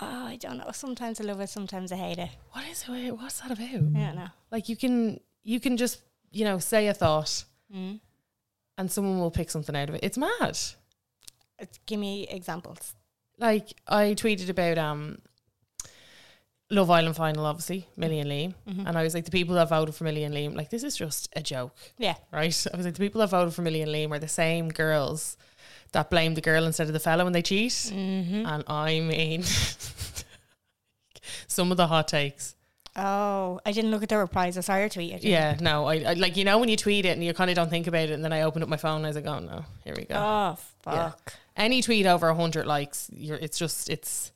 Oh, I don't know. Sometimes I love it, sometimes I hate it. What is it? What's that about? I don't know. Like you can you can just you know say a thought, Mm. and someone will pick something out of it. It's mad. It's, give me examples. Like I tweeted about um. Love Island final, obviously, Millie and Liam. And I was like, the people that voted for Millie and Liam, like, this is just a joke. Yeah. right? I was like, the people that voted for Millie and Liam are the same girls that blame the girl instead of the fella when they cheat. And I mean, some of the hot takes. Oh, I didn't look at the replies. I saw your tweet. I didn't. Yeah, no, I, I like you know when you tweet it and you kind of don't think about it, and then I open up my phone and I was like, oh no, here we go. Oh Yeah. fuck. Any tweet over hundred likes, you're it's just it's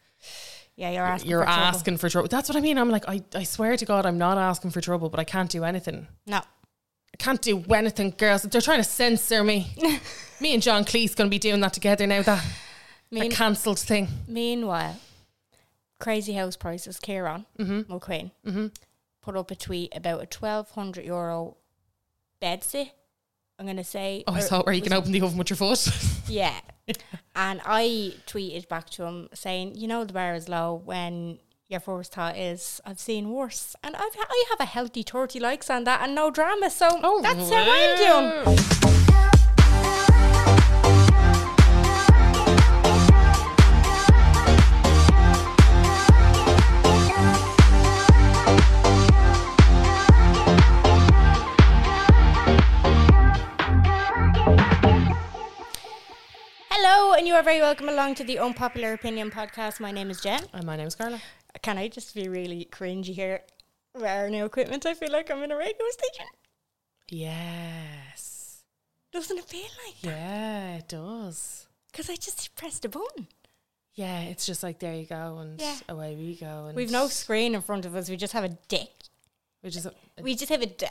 Yeah, you're asking. you're for trouble. asking for trouble. That's what I mean. I'm like, I, I swear to God, I'm not asking for trouble, but I can't do anything. No. I can't do anything, girls. They're trying to censor me. me and John Cleese gonna be doing that together now. That Mean- the cancelled thing. Meanwhile, crazy house prices. Kieran Mm-hmm. McQueen put up a tweet about a twelve hundred euro bed sit. I'm gonna say. Oh, or I saw it where you was can it- open the oven with your foot. Yeah. and I tweeted back to him saying, you know, the bar is low when your first thought is, I've seen worse. And I've, I have a healthy 30 likes on that and no drama. So Oh, that's how I'm doing. doing. Hello, and you are very welcome along to the Unpopular Opinion podcast. My name is Jen. And Uh, my name's Carla. Can I just be really cringy here? Rare new equipment. I feel like I'm in a radio station. Yes. Doesn't it feel like that? Yeah, it does. Because I just pressed a button. Yeah, it's just like there you go, and Yeah. away we go. And We've no screen in front of us. We just have a dick. we just We just have a dick.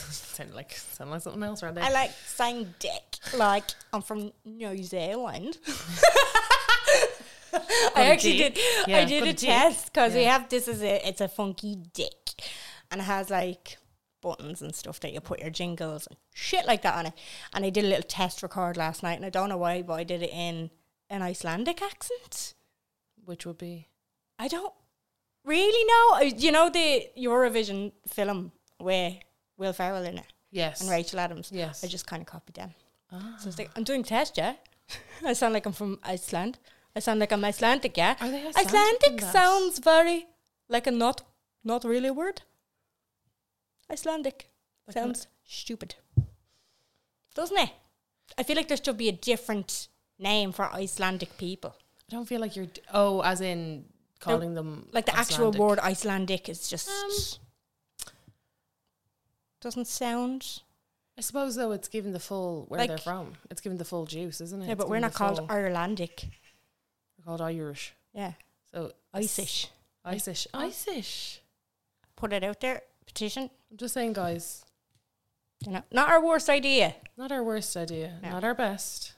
sound like sound like something else, right there. I like saying dick. Like I'm from New Zealand. I a actually dick. did. Yeah, I did got a, a dick. test because we Yeah. have this as a it's a funky dick, and it has like buttons and stuff that you put your jingles and shit like that on it. And I did a little test record last night, and I don't know why, but I did it in an Icelandic accent. Which would be I don't really know. I- You know the Eurovision film where Will Ferrell in it yes. Ah, and Rachel Adams. Yes. I just kind of copied them. So it's like, I'm doing test, yeah. I sound like I'm from Iceland. I sound like I'm Icelandic, yeah. Are they Icelandic in Icelandic that? sounds very like a not not really word. Icelandic Like an- sounds stupid, doesn't it? I feel like there should be a different name for Icelandic people. I don't feel like you're. D- oh, as in calling them Like the Icelandic. actual word Icelandic is just Um, doesn't sound. I suppose though it's given the full where they're Like- from. It's given the full juice, isn't it? Yeah, It's but we're given not the called full- Irelandic. we're called Irish. Yeah, So Icish. Icish. Icish. Put it out there. Petition. I'm just saying, guys. You know, not our worst idea. Not our worst idea. No. Not our best.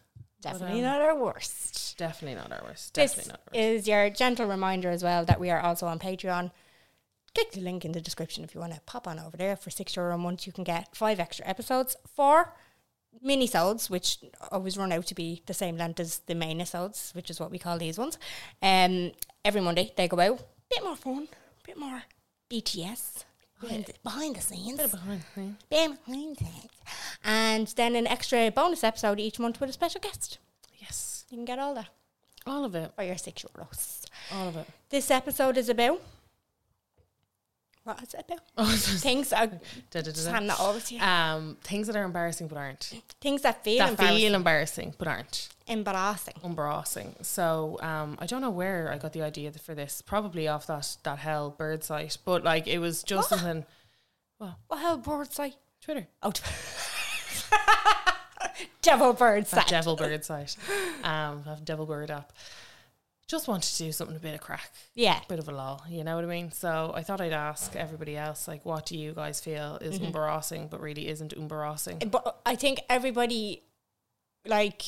um, Definitely not our worst. Definitely not our worst. This Definitely not our worst. is your gentle reminder as well that we are also on Patreon. Click the link in the description if you want to pop on over there. For six euro a month, you can get five extra episodes, four mini sods, which always run out to be the same length as the main episodes, which is what we call these ones. Um, every Monday they go out. Bit more fun, bit more BTS behind, the, behind the scenes. behind the scenes. Behind the scenes. And then an extra bonus episode each month with a special guest. Yes. You can get all that All of it. for your six euros. All of it. This episode is about What is it now? Oh, Things are da, da, da, just da. hand that over to you. Um, things that are embarrassing but aren't. Things that feel that embarrassing. feel embarrassing but aren't embarrassing. embarrassing. So um, I don't know where I got the idea th- for this. Probably off that that hell bird site, but like it was just What? something What hell bird sight? Twitter. Oh, t- devil bird That sight. devil bird site. Um, I have devil bird app. Just wanted to do something a bit of crack, yeah. bit of a lull. You know what I mean? So I thought I'd ask everybody else, like, what do you guys feel Mm-hmm. is embarrassing but really isn't embarrassing? But I think everybody, like,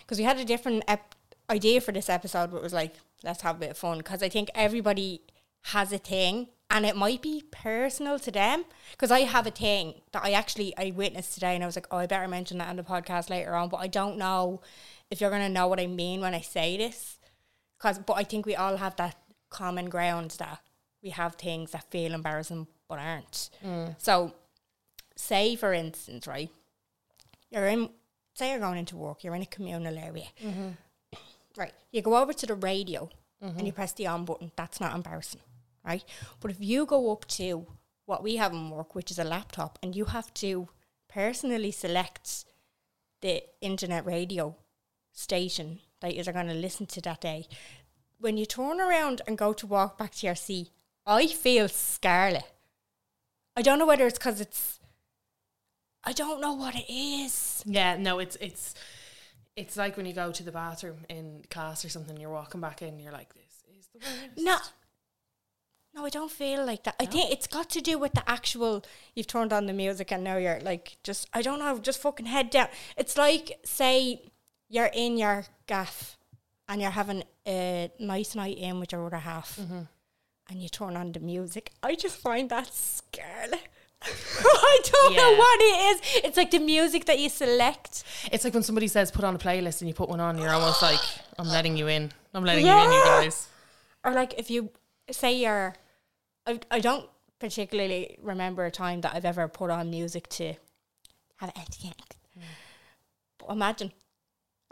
because we had a different ep- idea for this episode, but it was like, let's have a bit of fun. Because I think everybody has a thing, and it might be personal to them. Because I have a thing that I actually I witnessed today, and I was like, oh, I better mention that on the podcast later on. But I don't know if you're gonna know what I mean when I say this. Cause, but I think we all have that common ground that we have things that feel embarrassing but aren't. So, say for instance, right, you're in, say you're going into work, you're in a communal area, right? You go over to the radio and you press the on button. That's not embarrassing, right? But if you go up to what we have in work, which is a laptop, and you have to personally select the internet radio station that you're going to listen to that day, when you turn around and go to walk back to your seat, I feel scarlet. I don't know whether it's because it's. I don't know what it is. Yeah, no, it's it's it's like when you go to the bathroom in class or something, you're walking back in, you're like, this is the worst. No. No, I don't feel like that. I think it's got to do with the actual. You've turned on the music and now you're like just. I don't know. Just fucking head down. It's like say you're in your gaff and you're having a nice night in with your other half, and you turn on the music. I just find that scarlet. I don't know Yeah. what it is. It's like the music that you select. It's like when somebody says put on a playlist and you put one on, you're almost like, I'm letting you in. I'm letting you in, you Yeah. guys. or like if you say you're I, I don't particularly remember a time that I've ever put on music to have anything but imagine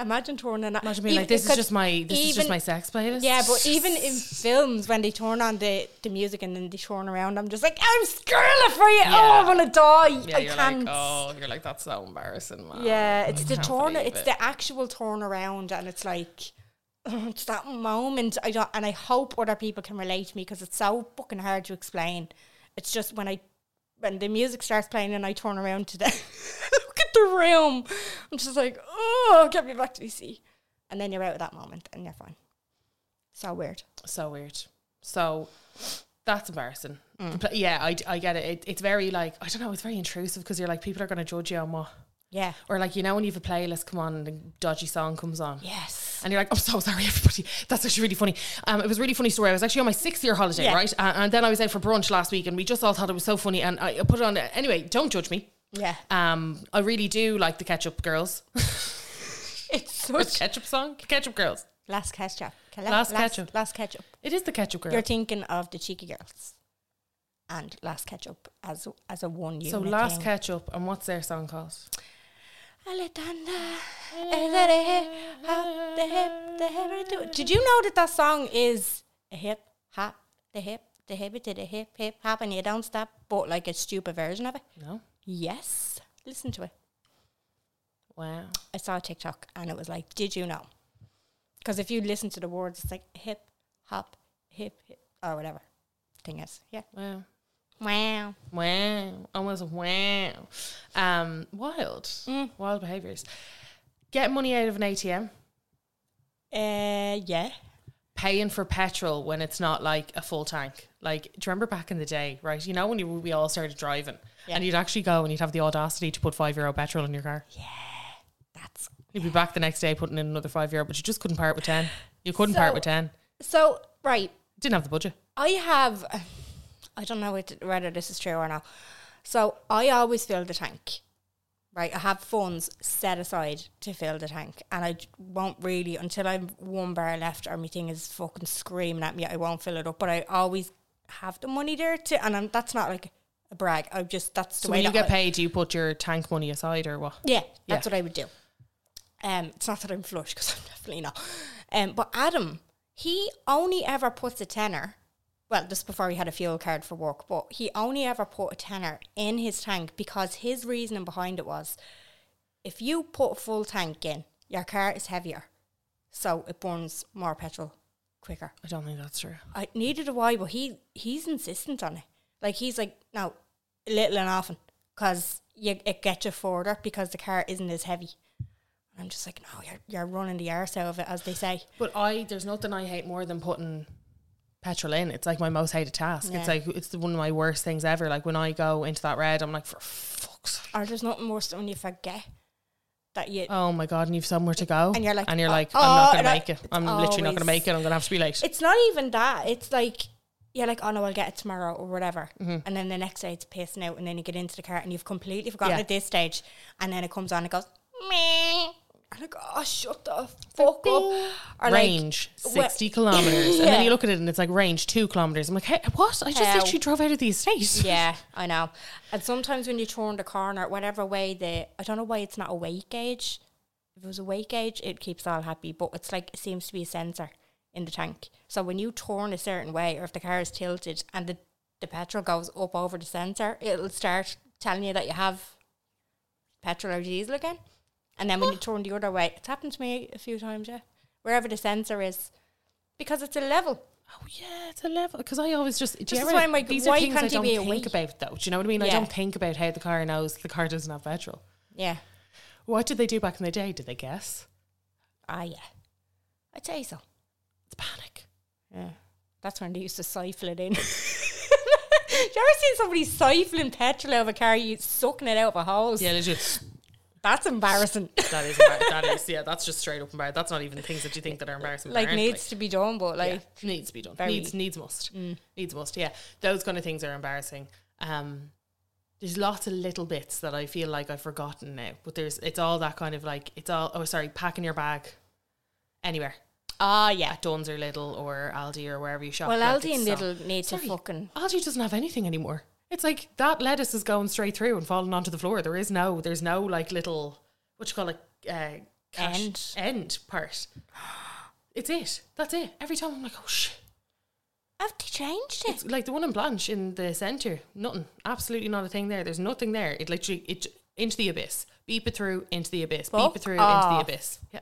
imagine turning on Imagine being like, this is just my this is just my sex playlist. yeah but even in films when they turn on the, the music and then they turn around I'm just like I'm scarlet for you oh I'm Yeah. gonna die yeah, I you're can't like, oh, you're like that's so embarrassing, man. yeah, Um, I it's the can't turn. believe It's it." the actual turnaround, and it's like oh, it's that moment. I don't, and I hope other people can relate to me because it's so fucking hard to explain. It's just when I when the music starts playing and I turn around to the look at the room, I'm just like, oh, get me back to see. And then you're out of that moment, and you're fine. So weird. so weird. So that's embarrassing. Mm. The pla- Yeah, I, I get it. it. It's very like I don't know. It's very intrusive because you're like people are going to judge you on what, Yeah. or like you know when you have a playlist come on and a dodgy song comes on. Yes. And you're like, I'm so sorry, everybody. That's actually really funny. Um, it was a really funny story. I was actually on my sixth year holiday, Yeah. right? Uh, and then I was out for brunch last week, and we just all thought it was so funny. And I I put it on. Anyway, don't judge me. Yeah. Um, I really do like the Ketchup Girls. It's What's such Ketchup song? Ketchup Girls. last ketchup. Can I- Last ketchup. Last ketchup. It is the Ketchup Girls. You're thinking of the cheeky girls and last ketchup as as a one unit. so last thing. Ketchup, and what's their song called? Alexander, is that a hip hop? The hip, the hip. do it? Did you know that that song is a hip hop, the hip, the hip to the hip hip hop, and you don't stop, but like a stupid version of it? No. Yes, listen to it. Wow. I saw a TikTok and it was like, did you know? Because if you listen to the words, it's like hip hop, hip hip, or whatever. Thing is, yeah. Wow. Wow. Wow. Almost wow. Um, wild. Wild behaviors. Get money out of an ATM. Uh, yeah. Paying for petrol when it's not like a full tank. Like, do you remember back in the day, right? You know when you, we all started driving Yeah. and you'd actually go and you'd have the audacity to put five euro petrol in your car. That's You'd be back the next day putting in another five euro, but you just couldn't part with 10. You couldn't part So- with 10. so right. Didn't have the budget. I have, I don't know whet- whether this is true or not. So I always fill the tank, right? I have funds set aside to fill the tank, and I j- won't really until I'm one bar left or my thing is fucking screaming at me. I won't fill it up, but I always have the money there to, and I'm, that's not like a brag. I just that's the So way when you get that I- paid, do you put your tank money aside or what? yeah, that's Yeah. what I would do. Um, it's not that I'm flush because I'm definitely not. Um, but Adam, he only ever puts a tenner well, just before he had a fuel card for work, but he only ever put a tenner in his tank because his reasoning behind it was if you put a full tank in, your car is heavier, so it burns more petrol quicker. I don't think that's true. I needed a why, but he he's insistent on it. Like he's like, no, little and often, because you it gets you further because the car isn't as heavy. And I'm just like, no, you're you're running the arse out of it, as they say. But I, there's nothing I hate more than putting petrol in. It's like my most hated task. It's Yeah. like it's the- one of my worst things ever. Like when I go into that red, I'm like, for fuck's sake. Or there's nothing worse than when you forget that you. Oh my god! And you've somewhere to go, And you're like, and you're "Oh, like, I'm not oh," gonna and I- make it. I'm it's literally not gonna always- make it. I'm gonna have to be late. It's not even that. It's like you're like, oh no, I'll get it tomorrow or whatever, Mm-hmm. and then the next day it's pissing out, and then you get into the car and you've completely forgotten Yeah. at this stage, and then it comes on, and it goes meh. And I go, oh, shut the fuck up. Or range wh- 60 kilometers, and Yeah. then you look at it and it's like range two kilometers. I'm like, hey, what? I just How? literally drove out of the estate. Yeah, I know. And sometimes when you turn the corner, whatever way the I don't know why it's not a weight gauge. If it was a weight gauge, it keeps all happy, but it's like it seems to be a sensor in the tank. So when you turn a certain way, or if the car is tilted and the the petrol goes up over the sensor, it'll start telling you that you have petrol or diesel again. And then when you turn the other way, it's happened to me a few times, yeah. Wherever the sensor is, because it's a level. Oh yeah, it's a level because I always just. Do This you is ever, why I'm like, these why are things I can't you don't be think awake? about though. Do you know what I mean? I Yeah. don't think about how the car knows the car doesn't have petrol. Yeah. What did they do back in the day? Did they guess? Ah, yeah. I'd say so. It's panic. Yeah. That's when they used to siphon it in. you ever seen somebody siphoning petrol out of a car, you sucking it out of a hose? Yeah, legit. That's embarrassing. That is embar- that is yeah. That's just straight up embarrassing. That's not even things that you think that are embarrassing. but like aren't, needs to be done, but like yeah, needs to be done. very- Mm. Needs needs must. Needs must. Yeah, those kind of things are embarrassing. Um, there's lots of little bits that I feel like I've forgotten now, but there's it's all that kind of like it's all oh sorry packing your bag anywhere ah yeah. at Dunn's or Little or Aldi or wherever you shop. Well like, Aldi it's and so- Lidl need to Sorry, fucking Aldi doesn't have anything anymore. It's like that lettuce is going straight through and falling onto the floor. There is no, there's no like little what you call it uh, cash- End. end part. It's it. That's it. Every time I'm like, oh shit. Have they changed it? It's like the one in Blanche in the centre. Nothing. Absolutely not a thing there. There's nothing there. It literally it j- into the abyss. Beep it through into the abyss. Beep Fuck it through off. into the abyss. Yeah.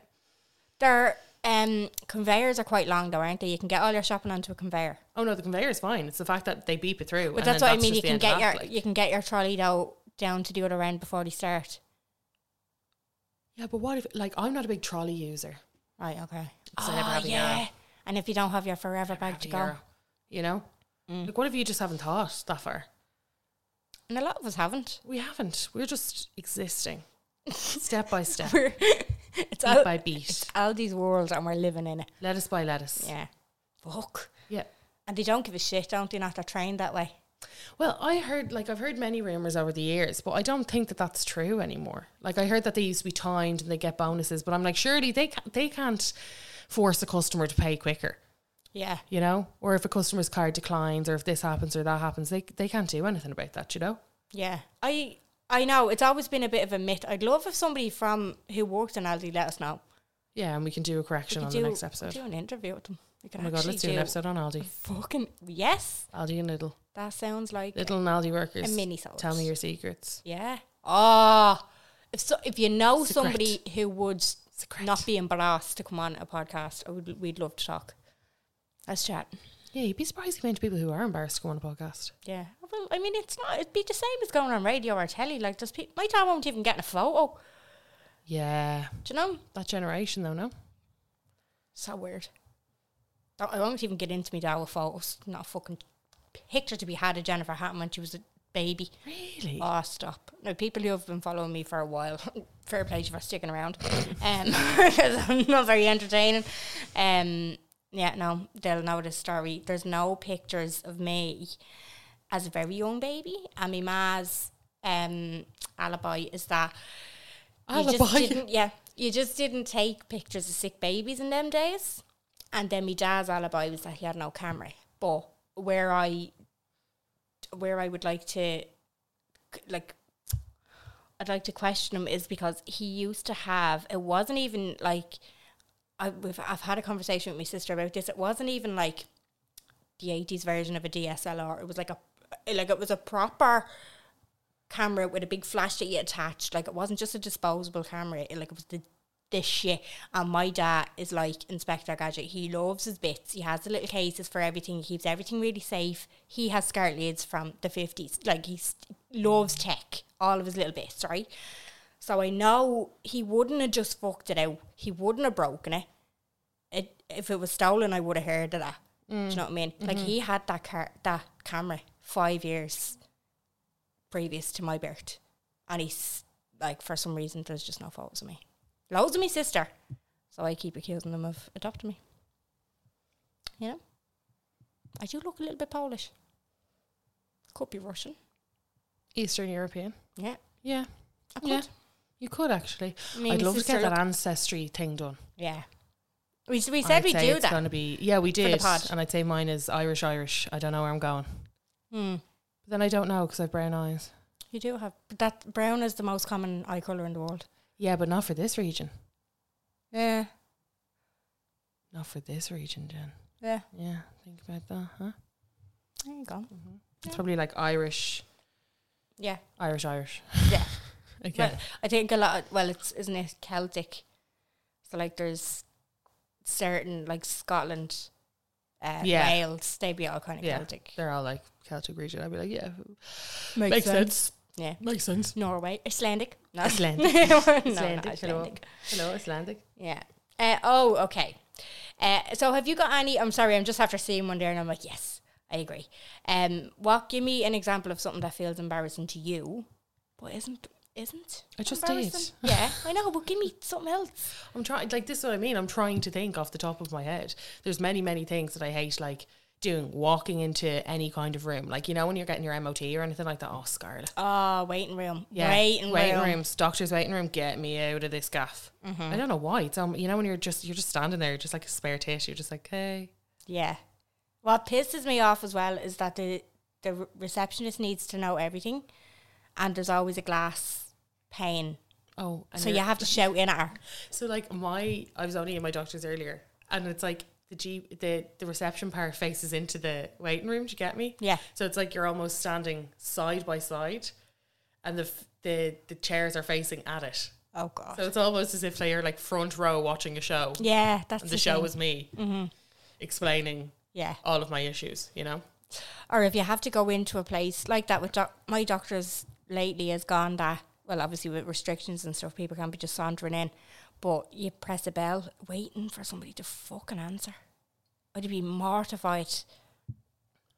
Their um conveyors are quite long though, aren't they? You can get all your shopping onto a conveyor. Oh no, the conveyor is fine. It's the fact that they beep it through. But and that's then what I mean. You just the can end of get your that, like. you can get your trolley though down to the other end before they start. Yeah, but what if like I'm not a big trolley user. Right, okay. Oh, 'Cause I never have a euro. And if you don't have your forever bag to Happy go. Mm. euro, You know? Like what if you just haven't thought that far? And a lot of us haven't. We haven't. We're just existing. step by step. We're- Beat it's Al- by beat. It's Aldi's world, and we're living in it. Lettuce by lettuce. Yeah. Fuck. yeah. And they don't give a shit, don't they? Not they're trained that way. Well, I heard like I've heard many rumors over the years, but I don't think that that's true anymore. Like I heard that they used to be timed and they get bonuses, but I'm like, surely they can't, they can't force a customer to pay quicker, Yeah. you know? Or if a customer's card declines, or if this happens or that happens, they they can't do anything about that, you know? Yeah. I I know it's always been a bit of a myth. I'd love if somebody from who works in Aldi let us know. Yeah, and we can do a We correction could on do, the next we could episode. do an interview with them. We could Oh my god, actually let's do, an episode on Aldi. Fucking yes. Aldi and Little. That sounds like Little and Aldi workers. A mini-sode. Tell me your secrets. Yeah. Oh. If so, if you know Secret. somebody who would Secret. not be embarrassed to come on a podcast, I would, we'd love to talk. Let's chat. Yeah, you'd be surprised the amount of people who are embarrassed to go on a podcast. Yeah. Well, I mean, it's not. It'd be the same as going on radio or telly. Like, just pe- my dad won't even get a photo. Yeah. Do you know? That generation though, no? So weird. Oh, I I won't even get into me dad with photos. Not a fucking picture to be had of Jennifer Hatton when she was a baby. Really? Oh, stop. No, people who have been following me for a while, fair play to you for sticking around. Um, 'cause I'm not very entertaining. Um, yeah, no, they'll know this story. There's no pictures of me as a very young baby. And my ma's um, alibi is that you just Alibi? didn't, yeah, you just didn't take pictures of sick babies in them days. And then my dad's alibi was that he had no camera. But where I, where I would like to c- like I'd like to question him is because he used to have it wasn't even like I, we've, I've had a conversation with my sister about this. It wasn't even like the 80s version of a DSLR. It was like a like it was a proper camera with a big flash that you attached. Like it wasn't just a disposable camera. It like it was the this shit. And my dad is like Inspector Gadget. He loves his bits. He has the little cases for everything. He keeps everything really safe. He has scarlet lids from the fifties. Like he loves tech. All of his little bits, right? So I know he wouldn't have just fucked it out. He wouldn't have broken it. It if it was stolen, I would have heard of that. Do Mm. you know what I mean? Like Mm-hmm. he had that car, that camera five years previous to my birth, and he's like for some reason there's just no photos of me. Loads of me sister, so I keep accusing them of adopting me. You know, I do look a little bit Polish. Could be Russian. Eastern European. Yeah, Yeah. I could. Yeah. You could actually. Me and I'd my love to sister get that look- ancestry thing done. Yeah. We, s- we said I'd we say do it's that. Gonna be, yeah, we for the did. pod. And I'd say mine is Irish, Irish. I don't know where I'm going. Hmm. But then I don't know because I have brown eyes. You do have but that brown is the most common eye color in the world. Yeah, but not for this region. Yeah, Not for this region, Jen. yeah. Yeah, think about that, huh? There you go. It's probably like Irish, Yeah, Irish, Irish. yeah. Okay. Well, I think a lot. well, it's isn't it Celtic? So like, there's certain like Scotland, uh, Yeah. Wales. They be all kind of yeah, Celtic. they're all like Celtic region. I'd be like, yeah, Makes, Yeah. Makes sense. Norway, Icelandic, no. Icelandic. no, not Icelandic. Hello. Icelandic. Hello, Icelandic. Yeah. Uh, oh, okay. Uh, so have you got any? I'm sorry, I'm just after seeing one there, and I'm like, yes, I agree. Um, what? Give me an example of something that feels embarrassing to you, but isn't isn't. I just embarrassing? Yeah, I know, but give me something else. I'm trying, like, this is what I mean. I'm trying to think off the top of my head. There's many, many things that I hate, like doing, walking into any kind of room. Like, you know, when you're getting your MOT or anything like that. Oh, Scarlet. Oh, waiting room. Yeah, waiting, room. Mm-hmm. rooms, doctor's waiting room. Get me out of this gaff. I don't know why. It's um, you know when you're just you're just standing there, you're just like a spare tissue. You're just like, hey, Yeah. What pisses me off as well is that the the re- receptionist needs to know everything, and there's always a glass pane, oh. And so you're- you have to shout in at her. So like my, I was only in my doctor's earlier, and it's like the G, the the reception part faces into the waiting room. Do you get me? Yeah. So it's like you're almost standing side by side, and the f- the the chairs are facing at it. Oh God. So it's almost as if they're like front row watching a show, yeah, that's and the Mm-hmm. show thing. is me explaining yeah. all of my issues. You know. or if you have to go into a place like that with doc- my doctors lately has gone that well obviously with restrictions and stuff people can't be just sauntering in but you press a bell waiting for somebody to fucking answer I'd be mortified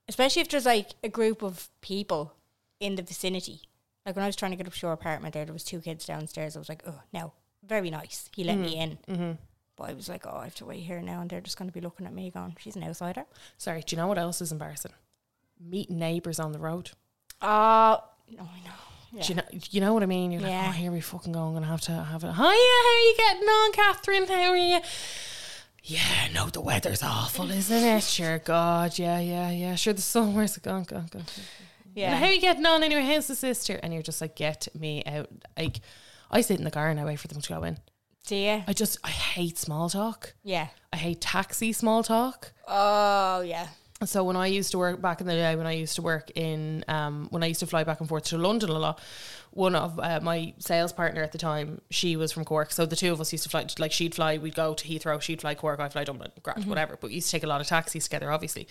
especially if there's like a group of people in the vicinity like when I was trying to get up to your apartment there there was two kids downstairs I was like oh no very nice he let me in but I was like oh I have to wait here now and they're just going to be looking at me going she's an outsider Sorry, do you know what else is embarrassing? Meeting neighbours on the road. oh uh, no I know Do you know you know what I mean? You're Yeah. like, oh, here we fucking go. I'm gonna have to have it. Hiya, how you getting on, Catherine? How are you? Yeah, no, the weather's awful, isn't it? Sure, God, yeah, yeah, yeah. Sure, the sun. Where's it gone? Gone, gone. gone. Yeah. How are you getting on anyway? How's the sister? And you're just like, get me out. Like, I sit in the car and I wait for them to go in. Do you? I just, I hate small talk. Yeah. I hate taxi small talk. Oh, yeah. So when I used to work back in the day, when I used to work in, um, when I used to fly back and forth to London a lot, one of uh, my sales partner at the time, she was from Cork. So the two of us used to fly, like she'd fly, we'd go to Heathrow, she'd fly Cork, I fly Dublin, Grant, whatever. But we used to take a lot of taxis together, obviously.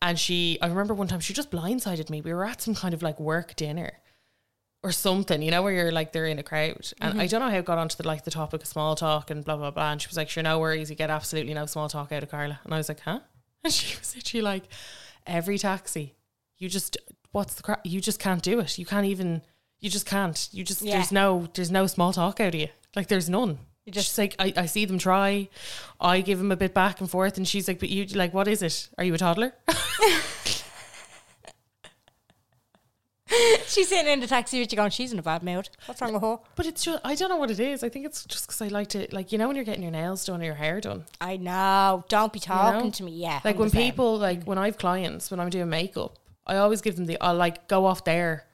And she, I remember one time she just blindsided me. We were at some kind of like work dinner or something, you know, where you're like they're in a crowd. And Mm-hmm. I don't know how it got onto the like the topic of small talk and blah blah blah. And she was like, "Sure, no worries, you get absolutely no small talk out of Carla." And I was like, "Huh?" And she was literally like, "Every taxi, you just what's the cra- you just can't do it. You can't even. You just can't. You just Yeah. there's no there's no small talk out of you. Like there's none." just- She's like, I, I see them try. I give them a bit back and forth, and she's like, "But you like, what is it? Are you a toddler?" She's sitting in the taxi with you going, she's in a bad mood. What's wrong with her? But it's just, I don't know what it is. I think it's just because I like to, like, you know, when you're getting your nails done or your hair done. I know. Don't be talking know? to me. Yeah. Like when 100%. people, like, when I have clients, when I'm doing makeup, I always give them the, I'll like go off there.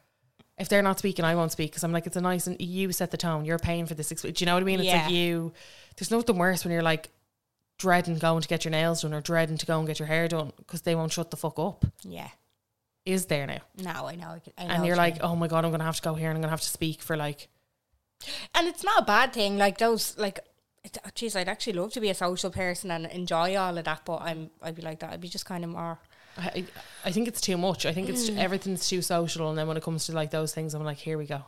If they're not speaking, I won't speak because I'm like, it's a nice, and you set the tone. You're paying for this. Exp- Do you know what I mean? It's Yeah. like you, there's nothing worse when you're like, dreading going to get your nails done or dreading to go and get your hair done because they won't shut the fuck up Yeah. is there now. No, I know. I can- I And know what you're you like, mean. oh my God, I'm going to have to go here and I'm going to have to speak for like, and it's not a bad thing. Like those, like, it's- oh, geez, I'd actually love to be a social person and enjoy all of that, but I'm, I'd be like that. I'd be just kind of more. I, I think it's too much. I think Mm. it's everything's too social. And then when it comes to like those things, I'm like, here we go.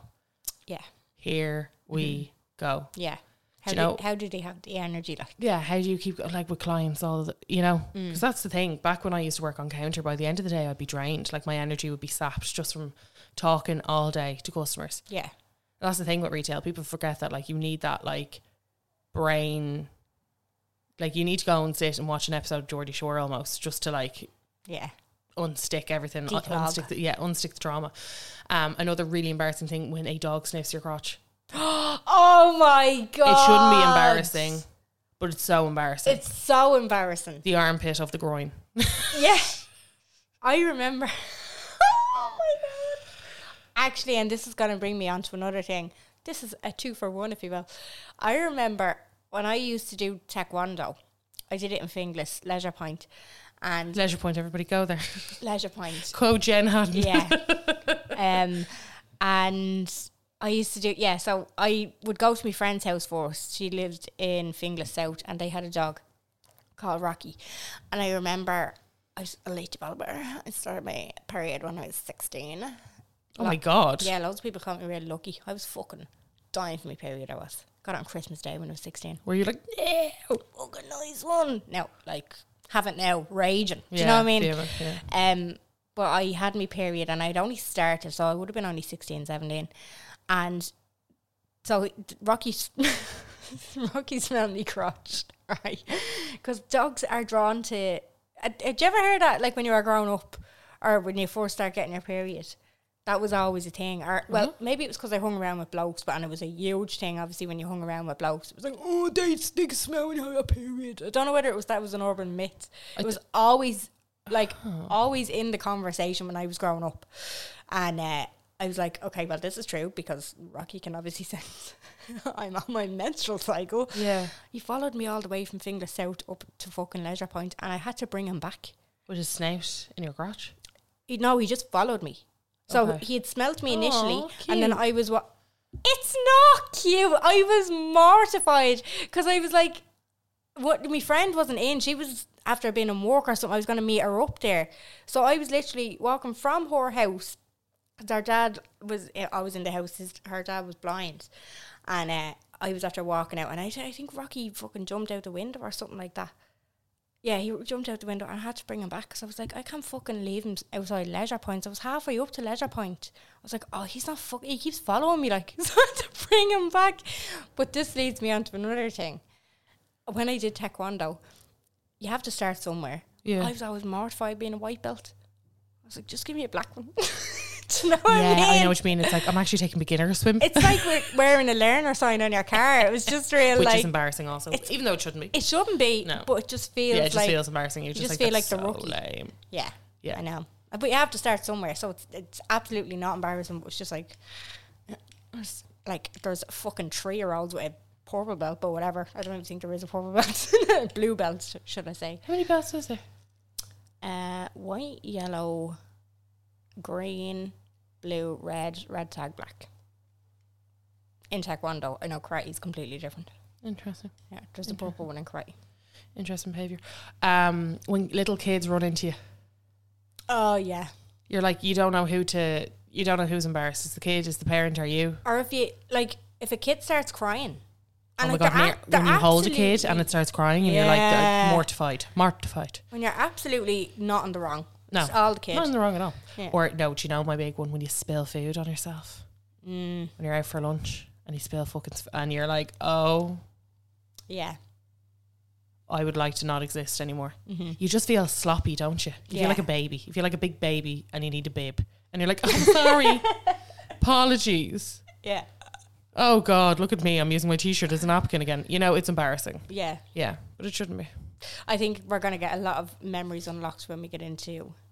Yeah, Here Mm-hmm. we go. yeah. How you do, know- how do they have the energy? Like, yeah, how do you keep go- like with clients all the, you know? Mm. Because that's the thing. Back when I used to work on counter, by the end of the day, I'd be drained. Like my energy would be sapped just from talking all day to customers. yeah, And that's the thing with retail. People forget that like you need that like brain. Like you need to go and sit and watch an episode of Geordie Shore almost just to like yeah, unstick everything. un- Declog. Unstick the, yeah, unstick the drama. Um, another really embarrassing thing when a dog sniffs your crotch. Oh my god! It shouldn't be embarrassing, but it's so embarrassing. It's so embarrassing. the armpit of the groin. Yeah, I remember. oh my god! Actually, and this is going to bring me on to another thing. This is a two for one, if you will. I remember when I used to do taekwondo. I did it in Finglas, Leisure Point, and Leisure Point, everybody go there. Leisure Point. Co Jen Hadden. Yeah. um, and I used to do yeah. So I would go to my friend's house first. She lived in Finglas South, and they had a dog called Rocky. And I remember I was a late developer. I started my period when I was sixteen. Oh my God. Yeah, loads of people called me really lucky. I was fucking dying for my period. I was got it on Christmas Day when I was sixteen. Were you like, Yeah, fucking nice one. No, like haven't now raging. Do you know Yeah, what I mean? feel it, yeah. Um, but I had my period and I'd only started, so I would have been only 16, 17. And so it- Rocky, s- Rocky smelled me crotch, right? Because dogs are drawn to. Had had you ever heard that, like when you were growing up or when you first start getting your period? That was always a thing. Or, well, maybe it was because I hung around with blokes, but and it was a huge thing, obviously, when you hung around with blokes. It was like, oh, they stink smelling how your period. I don't know whether it was that was an urban myth. It was always like always in the conversation when I was growing up, and uh, I was like, okay, well, this is true because Rocky can obviously sense I'm on my menstrual cycle. Yeah. he followed me all the way from Finglas South up to fucking Leisure Point, and I had to bring him back. with his snout in your crotch? He, no, he just followed me. So Okay. he had smelt me initially, Aw, and then cute. I was what? It's not cute. I was mortified because I was like, what? My friend wasn't in. She was after being on work or something. I was going to meet her up there, so I was literally walking from her house because her dad was eh, I was in the house. His, her dad was blind, and uh, I was after walking out, and I, I think Rocky fucking jumped out the window or something like that. Yeah, he jumped out the window, and I had to bring him back because I was like, I can't fucking leave him outside Leisure Point. I was halfway up to Leisure Point. I was like, oh, he's not fucking. He keeps following me, like, so I had to bring him back. But this leads me on to another thing. When I did taekwondo, you have to start somewhere. Yeah. I was always mortified being a white belt. I was like, just give me a black one. Do you know what I mean? yeah, I know what you mean. It's like, I'm actually taking beginner swim, It's like we're wearing a learner sign on your car. It was just real which like is embarrassing also, even though it shouldn't be. it shouldn't be, No. but it just feels Yeah, it just like feels embarrassing. You're you just, just like, feel that's like the so rookie. lame. yeah, Yeah. I know. Uh, But you have to start somewhere, so it's it's absolutely not embarrassing. But it's just like, it's like there's fucking three year olds with a purple belt, but whatever. I don't even think there is a purple belt, blue belt, sh- should I say? How many belts is there? Uh, white, yellow, green, blue, red, red tag, black. In Taekwondo, I know karate is completely different. Interesting. Yeah, there's a purple one in karate. Interesting behaviour. Um, when little kids run into you, Oh yeah. you're like, you don't know who to, you don't know who's embarrassed. It's the kid, it's the parent, are you? Or if you like, if a kid starts crying, Oh my like, God, they're when, ac- you're- when they're you hold a kid and absolutely- it starts crying and you're like, Yeah. uh, mortified, mortified. when you're absolutely not in the wrong, No, it's all the kid. Not in the wrong at all. Yeah. Or no, do you know my big one when you spill food on yourself Mm, when you're out for lunch and you spill fucking sp- and you're like, oh, yeah, I would like to not exist anymore. You just feel sloppy, don't you? You feel Mm-hmm. Yeah. like a baby. You feel like a big baby and you need a bib and you're like, I'm sorry, apologies. yeah, Oh God, look at me! I'm using my t-shirt as a napkin again. You know it's embarrassing. yeah. Yeah, but it shouldn't be. I think we're gonna get a lot of memories unlocked when we get into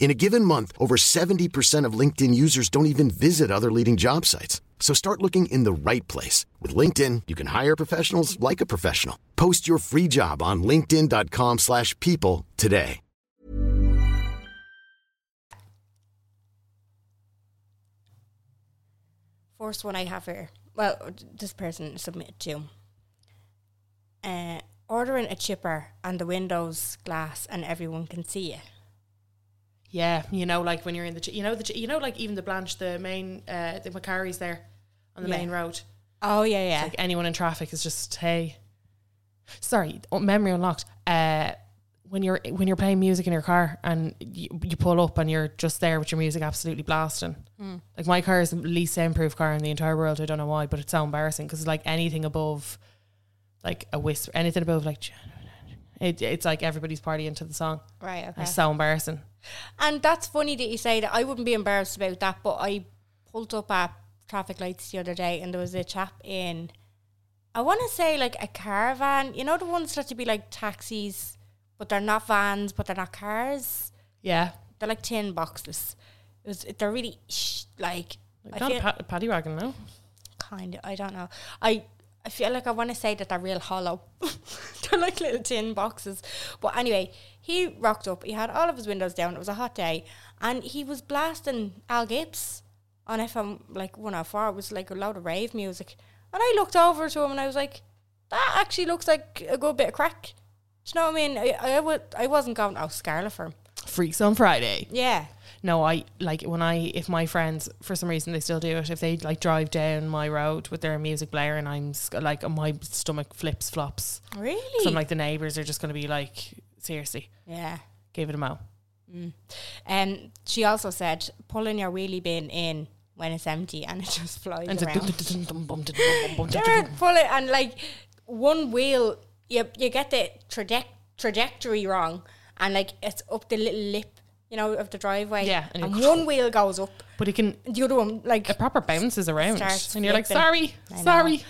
In a given month, over 70% of LinkedIn users don't even visit other leading job sites. So start looking in the right place. With LinkedIn, you can hire professionals like a professional. Post your free job on linkedin.com/people slash people today. First one I have here. Well, this person submitted to. Uh, ordering a chipper and the windows glass and everyone can see it. Yeah, you know, like when you're in the, chi- you know, the, chi- you know, like even the Blanche, the main, uh, the Macari's there on the Yeah. main road. Oh yeah, yeah. Like anyone in traffic is just hey. Sorry, oh, memory unlocked. Uh, when you're when you're playing music in your car and you, you pull up and you're just there with your music absolutely blasting. Hmm. Like my car is the least soundproof car in the entire world. I don't know why, but it's so embarrassing because like anything above, like a whisper, anything above like, it, it's like everybody's partying to the song. right, okay. It's so embarrassing. And that's funny that you say that. I wouldn't be embarrassed about that, but I pulled up at traffic lights the other day and there was a chap in, I want to say like a caravan. You know, the ones that to be like taxis, but they're not vans, but they're not cars. Yeah, They're like tin boxes. It was, they're really sh- like, like, I not a feel pa- paddy wagon, no. kind of, I don't know. I, I feel like I want to say that they're real hollow. they're like little tin boxes. But anyway, he rocked up. He had all of his windows down. It was a hot day. And he was blasting Al Gibbs on FM like 104. It was like a load of rave music. And I looked over to him and I was like, that actually looks like a good bit of crack. Do you know what I mean? I, I, would, I wasn't going, oh, Scarlet for him. Freaks on Friday. Yeah. No, I like when I if my friends for some reason they still do it if they like drive down my road with their music blaring I'm sc- like my stomach flips flops. Really? So I'm like the neighbors are just gonna be like seriously yeah. give it a mo. Um, she also said, pulling your wheelie bin in when it's empty and it just flies And it's like around. dum, dum, dum, dum, dum, dum, dum, dum, dum, Sure, dum. pull it and like one wheel, you you get the traje- trajectory wrong, and like it's up the little lip, you know, of the driveway. Yeah, and and, you- one wheel goes up, but it can and the other one like it proper bounces around Starts and you're like flipping. sorry I know. sorry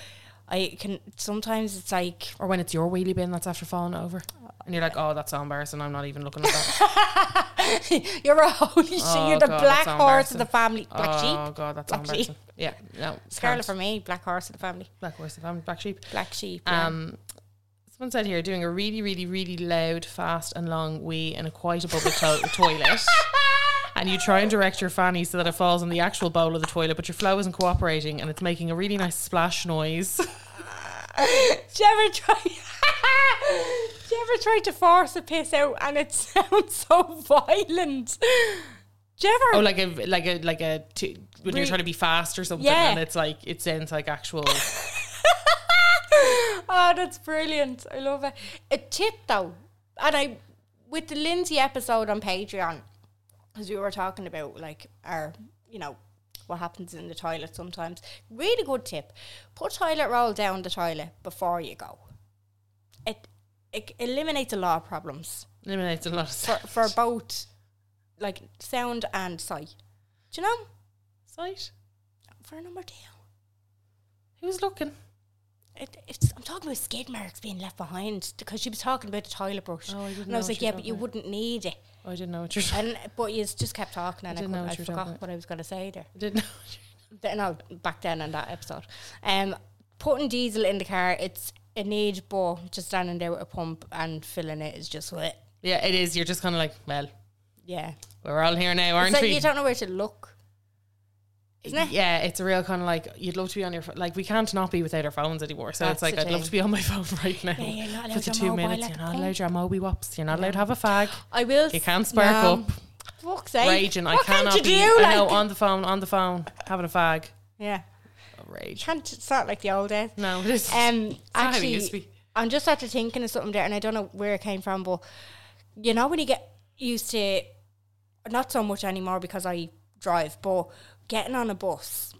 I can sometimes it's like or when it's your wheelie bin that's after falling over and you're like oh that's so embarrassing I'm not even looking at that. you're a holy shit, Oh, you're the God, black that's so horse of the embarrassing. family, black oh sheep, god that's so black sheep. embarrassing. Yeah no Scarlet can't. for me, black horse of the family, black horse if I'm black sheep. black sheep. yeah. Um, someone said here doing a really, really, really loud, fast, and long wee in a quite a public to- toilet. And you try and direct your fanny so that it falls in the actual bowl of the toilet, but your flow isn't cooperating and it's making a really nice splash noise. Do you ever try? Do you ever try to force a piss out and it sounds so violent? Do you ever? oh, like a like a like a t- when you're Re- trying to be fast or something, Yeah. and it's like it sounds like actual. oh, that's brilliant! I love it. A tip though, and I with the Lindsay episode on Patreon, as we were talking about, like our you know what happens in the toilet sometimes. Really good tip: put toilet roll down the toilet before you go. It it eliminates a lot of problems. eliminates a lot of for, sound. for both like sound and sight. Do you know? sight. For a number two. Who's looking? It, it's, I'm talking about skid marks being left behind because she was talking about the toilet brush. Oh, I didn't and know I was what like, you were yeah, but talking you about." wouldn't need it. Oh, I didn't know what you're. I And But you just kept talking and I, didn't know couldn't- what I you were forgot talking about. what I was going to say there. didn't know. What you Th- No, back then on that episode. Um, Putting diesel in the car, it's a need, but just standing there with a pump and filling it is just what. yeah, it is. You're just kind of like, well, Yeah. we're all here now, aren't It's like we? you don't know where to look. Isn't it? Yeah, it's a real kind of like you'd love to be on your pho- like we can't not be without our phones anymore. So it's That's like the I'd love thing. to be on my phone right now Yeah, you're not for allowed the your two mobile minutes. at You're the not pump. allowed your moby wops. You're not allowed to have a fag. I will. You s- can't spark no. up. Fuck's sake. Raging. I What can't cannot you be. do? I know like? on the phone, on the phone, having a fag. Yeah. Oh, rage. Can't it's not like the old days. No, it is. Um not how it used to actually be. I'm just after thinking of something there and I don't know where it came from, but you know when you get used to not so much anymore because I drive, but getting on a bus.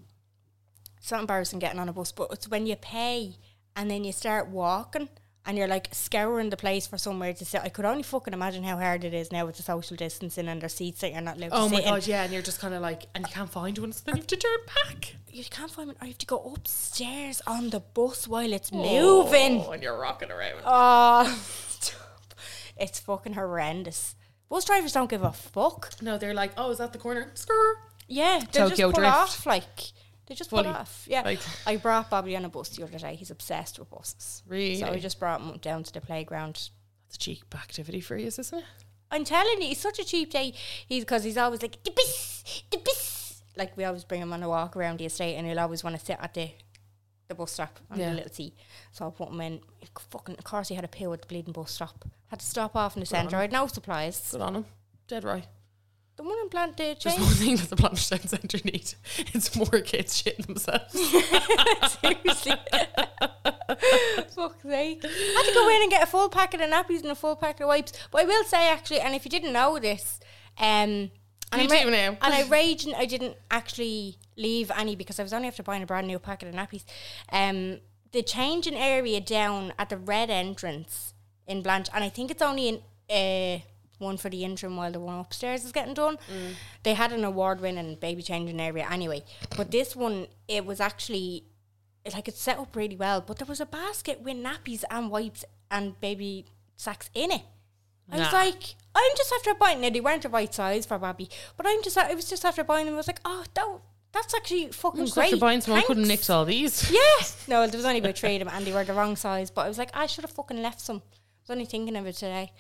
It's not embarrassing getting on a bus, but it's when you pay and then you start walking and you're like scouring the place for somewhere to sit. I could only fucking imagine how hard it is now with the social distancing and their seats that you're not allowed Oh to my sit in. god, yeah, and you're just kind of like, and you can't find one, so then you have to turn back. You can't find it, or you have to go upstairs on the bus while it's moving. Oh, and you're rocking around. Oh, stop. it's fucking horrendous. Bus drivers don't give a fuck. No, they're like, oh, is that the corner? Skrr. Yeah, they just Tokyo put Drift. off like they just put Fully. off. Yeah, Like- I brought Bobby on a bus the other day. He's obsessed with buses. Really? So I just brought him down to the playground That's a cheap activity for you, isn't it? I'm telling you, it's such a cheap day. He's because he's always like the bis, the bis. Like we always bring him on a walk around the estate, and he'll always want to sit at the the bus stop on Yeah. the little seat. So I put him in. Fucking, of course, he had a pill at the bleeding bus stop. Had to stop off in the centre. I had no supplies. Good on him. Dead right. The one implant did There's change. one thing that the Blanchardstown Centre need. It's more kids shitting themselves. Seriously. Fuck's sake. I had to go in and get a full packet of nappies and a full packet of wipes. But I will say actually, and if you didn't know this, um and You I do now. and I rage and I didn't actually leave any because I was only after buying a brand new packet of nappies. Um the changing area down at the red entrance in Blanche and I think it's only in uh one for the interim while the one upstairs is getting done. Mm. They had an award winning baby changing area anyway. But this one it was actually it, like it's set up really well, but there was a basket with nappies and wipes and baby sacks in it. I was Nah. like, I'm just after buying. Now they weren't the right size for Bobby, but I'm just. I was just after buying them. I was like, oh, that, that's actually fucking I'm Mm, just great. after buying some. I couldn't Thanks." nix all these. Yeah. No, there was only about three of them, and they were the wrong size. But I was like, I should have fucking left some. I was only thinking of it today.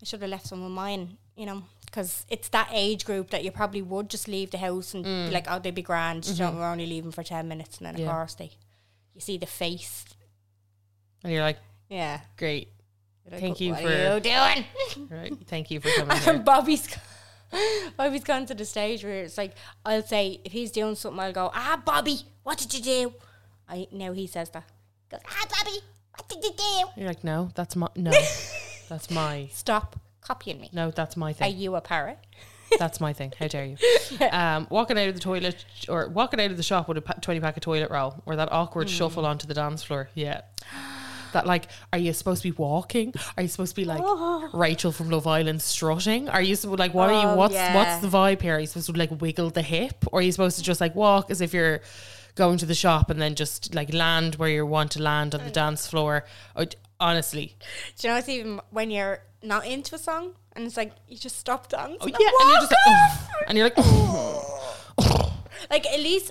I should have left some of mine, you know, because it's that age group that you probably would just leave the house and be like, oh, they'd be grand. You know, we're only leaving for ten minutes, and then of Mm. Mm-hmm. Yeah. course they, you see the face. And you're like, Yeah. great. You're like, Thank you what for- are you doing? Right. Thank you for coming. here. and Bobby's Bobby's gone to the stage where it's like I'll say if he's doing something I'll go ah Bobby what did you do I now he says that He goes ah Bobby what did you do You're like, no, that's my no, that's my stop copying me no, that's my are thing. you a parrot That's my thing. How dare you? Um, walking out of the toilet or walking out of the shop with a pa- twenty pack of toilet roll, or that awkward Mm. shuffle onto the dance floor. Yeah. That like, are you supposed to be walking? Are you supposed to be like Rachel from Love Island strutting? Are you supposed like what are Oh, you? What's yeah. what's the vibe here? Are you supposed to like wiggle the hip, or are you supposed to just like walk as if you're going to the shop and then just like land where you want to land on Mm. the dance floor? Oh, d- honestly, do you know it's even when you're not into a song and it's like you just stop dancing Oh, and yeah, and you're walk just like, off. "Oh," and you're like, "Oh." like at least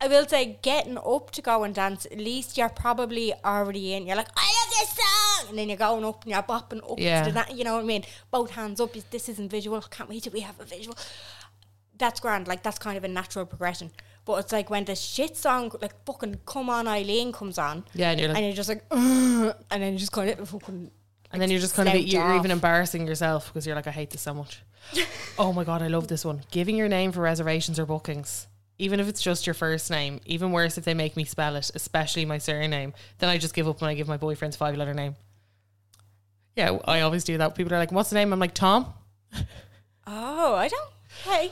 I will say getting up to go and dance at least you're probably already in you're like I love this song and then you're going up and you're bopping up Yeah. to the, na- you know what I mean both hands up is this isn't visual can't wait till we have a visual that's grand like that's kind of a natural progression but it's like when the shit song like fucking come on Eileen comes on Yeah, and you're like- and you're just like "Ugh," and then you just kind of fucking and then you're just kind of Slouch you're even off. embarrassing yourself because you're like, I hate this so much. oh my god, I love this one. Giving your name for reservations or bookings, even if it's just your first name. Even worse if they make me spell it, especially my surname. Then I just give up when I give my boyfriend's five letter name. Yeah, I always do that. People are like, "What's the name?" I'm like, "Tom." oh I don't hey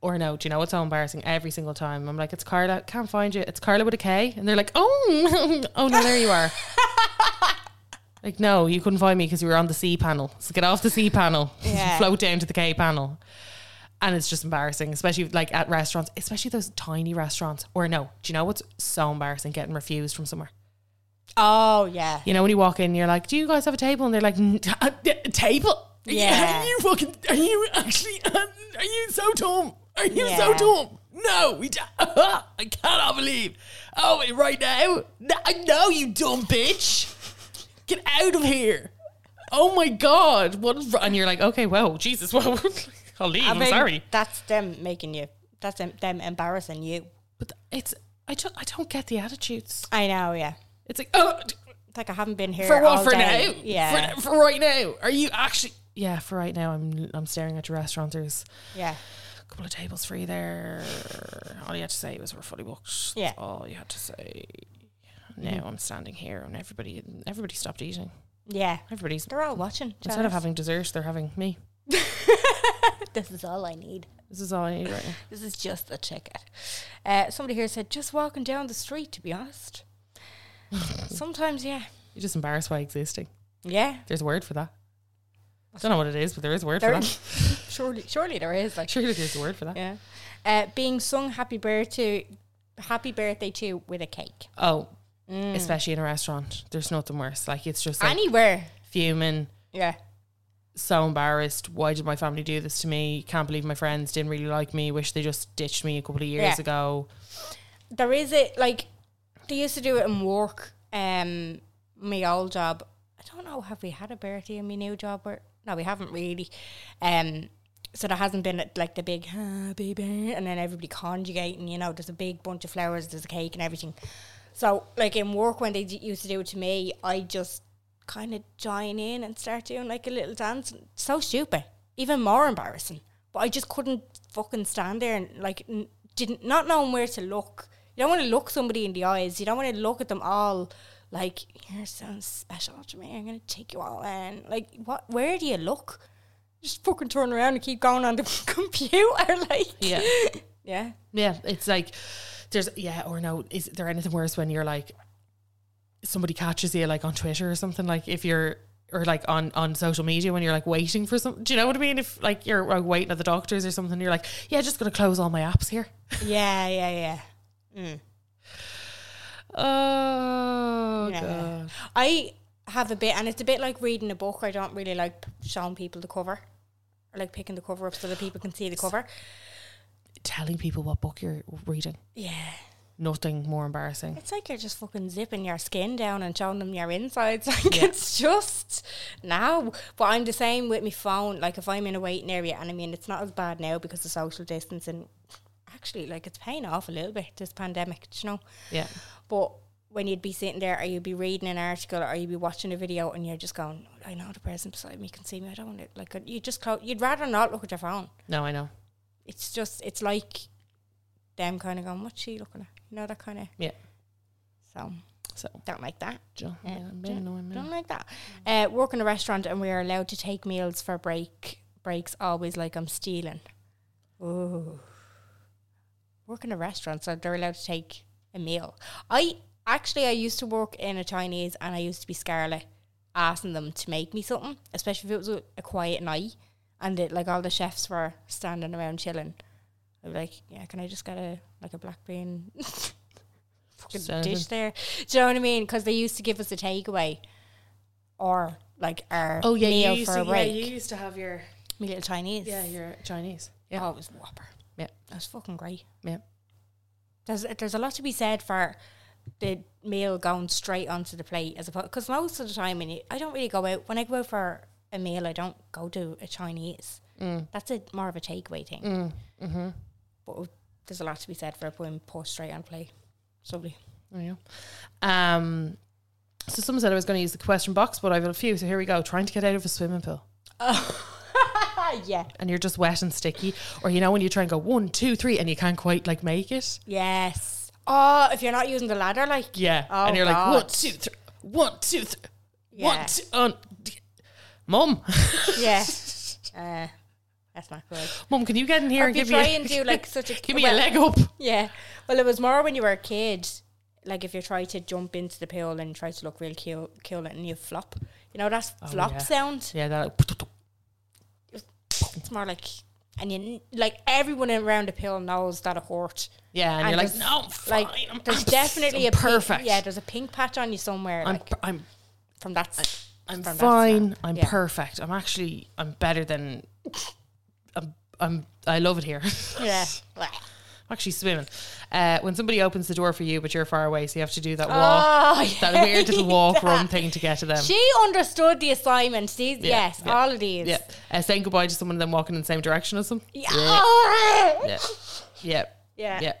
Or no, do you know it's so embarrassing every single time? I'm like, it's Carla, can't find you. It's Carla with a K, and they're like, oh, oh no, there you are. like, no, you couldn't find me because you were on the C panel. So get off the C panel, Yeah. float down to the K panel, and it's just embarrassing, especially like at restaurants, especially those tiny restaurants. Or no, do you know what's so embarrassing? Getting refused from somewhere. oh yeah You know, when you walk in, you're like, "Do you guys have a table?" And they're like, "N- t- uh, d- "Table? Are you- Yeah. Are you fucking? Are you actually? uh, are you so dumb? Are you so Yeah. dumb? No, we. d I cannot believe. Oh, wait, right now? No, no, you dumb bitch. Get out of here. Oh my god. What? is wr- And you're like, okay, well, Jesus, well, I'll leave. I am mean, sorry, that's them making you that's them, them embarrassing you but th- it's. I don't. I don't get the attitudes. I know yeah It's like, oh. d- It's like I haven't been here for what all for day. now Yeah, for, for right now are you actually yeah for right now i'm i'm staring at your restaurant there's yeah. a couple of tables free there all you had to say was we're fully booked That's Yeah. Mm-hmm. all you had to say now i'm standing here and everybody everybody stopped eating Yeah, everybody's they're all watching. instead of having dessert they're having me this is all I need. this is all i need right now This is just the ticket. Uh, somebody here said just walking down the street. To be honest, sometimes yeah, you're just embarrassed by existing Yeah. There's a word for that. I don't know what it is, but there is a word for There- that. surely, surely there is like Surely there's a word for that. yeah, uh, being sung happy birthday, happy birthday to with a cake Oh, Mm. especially in a restaurant. There's nothing worse. Like it's just like anywhere. fuming, Yeah, so embarrassed. Why did my family do this to me? Can't believe my friends didn't really like me. Wish they just ditched me a couple of years Yeah. ago. there is it like they used to do it in work. Um, my old job. I don't know. Have we had a birthday in my new job? Or no, we haven't really. Um, so there hasn't been like the big happy birthday, and then everybody conjugating. You know, there's a big bunch of flowers, there's a cake and everything. So like in work when they d- used to do it to me, I just kind of join in and start doing like a little dance. So stupid, even more embarrassing. But I just couldn't fucking stand there and like n- didn't not knowing where to look. You don't want to look somebody in the eyes. You don't want to look at them all like you're so special to me. I'm gonna take you all in. Like what? Where do you look? Just fucking turn around and keep going on the computer. Like Yeah. yeah, Yeah, it's like there's yeah or no. Is there anything worse when you're like somebody catches you like on Twitter or something like if you're or like on on social media when you're like waiting for something. Do you know what I mean? If like you're uh, waiting at the doctor's or something, you're like, yeah, just gonna close all my apps here. yeah, yeah, yeah. Mm. Oh Yeah. god. I have a bit, and it's a bit like reading a book. I don't really like p- showing people the cover, or like picking the cover up so that people can see the cover. Telling people what book you're reading. Yeah, Nothing more embarrassing. it's like you're just fucking zipping your skin down and showing them your insides. Like it's just now. But I'm the same with my phone. Like if I'm in a waiting area, and I mean it's not as bad now because of social distancing. Actually, like it's paying off a little bit this pandemic. do You know. Yeah. But when you'd be sitting there, or you'd be reading an article, or you'd be watching a video, and you're just going, "Oh, "I know the person beside me can see me. I don't want it." Like you just, clo- you'd rather not look at your phone. No, I know. It's just, it's like them kind of going, "What's she looking at?" You know that kind of. Yeah. So So don't like that. Eh, John, Yeah, yeah, I'm don't, being annoying now. don't like that. Uh, work in a restaurant, and we are allowed to take meals for break. Breaks always like I'm stealing. Ooh. Work in a restaurant, so they're allowed to take a meal. I actually I used to work in a Chinese, and I used to be Scarlet asking them to make me something, especially if it was a, a quiet night and it, like all the chefs were standing around chilling. I'd be like, yeah, can I just get a like a black bean fucking Just anything. dish there? Do you know what I mean? Because they used to give us a takeaway or like our Oh yeah, meal you used for to, a yeah, break. you used to have your Me little Chinese. yeah, your Chinese. Yeah. Oh, it was whopper. Yeah. That was fucking great. Yeah. There's there's a lot to be said for the meal going straight onto the plate as opposed because most of the time when you, I don't really go out when I go out for a meal I don't go to a Chinese. Mm. That's a more of a takeaway thing. mm-hmm. But there's a lot to be said for it being put straight on plate. It's lovely. There you go. Um, so someone said I was going to use the question box, but I've a few. So here we go. Trying to get out of a swimming pool, yeah, and you're just wet and sticky, or you know when you try and go one, two, three, and you can't quite like make it. yes. Oh, if you're not using the ladder, like Yeah, Oh, and you're God. like one, two, three, one, two, three, Yeah. one, two, um, d- Mum, yeah, uh, that's not good. mum, can you get in here Or and if give you me try a, and do, like, such a- give me well- a leg up? Yeah. Well, it was more when you were a kid. Like if you try to jump into the pool and try to look real cool, cool and you flop. You know that flop Oh, yeah. sound? Yeah, that. It's more like, and you like everyone around the pool knows that it hurt. yeah, and, you're like, there's- no, I'm fine. like I'm there's abs- definitely I'm a pink- perfect. yeah, there's a pink patch on you somewhere. I'm, like per- I'm from that. s- I'm from that fine. snap. I'm Yeah. perfect. I'm actually I'm better than I'm, I'm I love it here. I'm Yeah. Blech. actually swimming. Uh, when somebody opens the door for you but you're far away, so you have to do that walk Oh, that weird little walk that. run thing to get to them. She understood the assignments. These, Yeah, yes, yeah, all of these. Yeah. Uh, saying goodbye to someone and then walking in the same direction as them. Yeah. Oh. Yeah. Yeah. Yeah.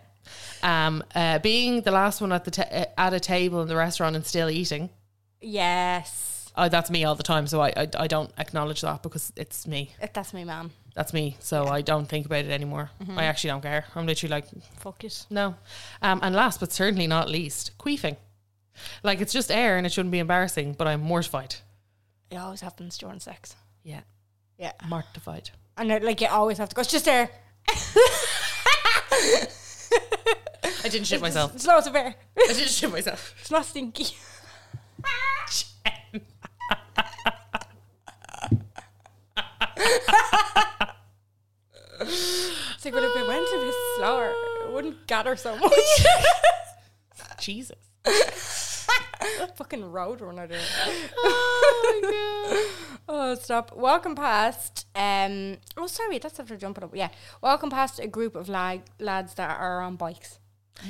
Yeah. Um, uh, being the last one at the ta- uh, at a table in the restaurant and still eating. Yes. Oh, that's me all the time. So I, I I don't acknowledge that because it's me. That's my mum. That's me. So I don't think about it anymore. I actually don't care. I'm literally like, Fuck it. no. Um, and last but certainly not least, queefing. Like it's just air and it shouldn't be embarrassing, but I'm mortified. It always happens during sex. Yeah. Yeah. Mortified. And it, like you always have to go, it's just there. I didn't shit myself. It's loads of air. I didn't shit myself. It's not stinky. It's like, well, if it went a bit slower, it wouldn't gather so much. Jesus. Fucking road runner there. Oh my God. Oh, stop. Walking past, um, oh, sorry, that's after jumping up. Yeah. Walking past a group of lag, lads that are on bikes.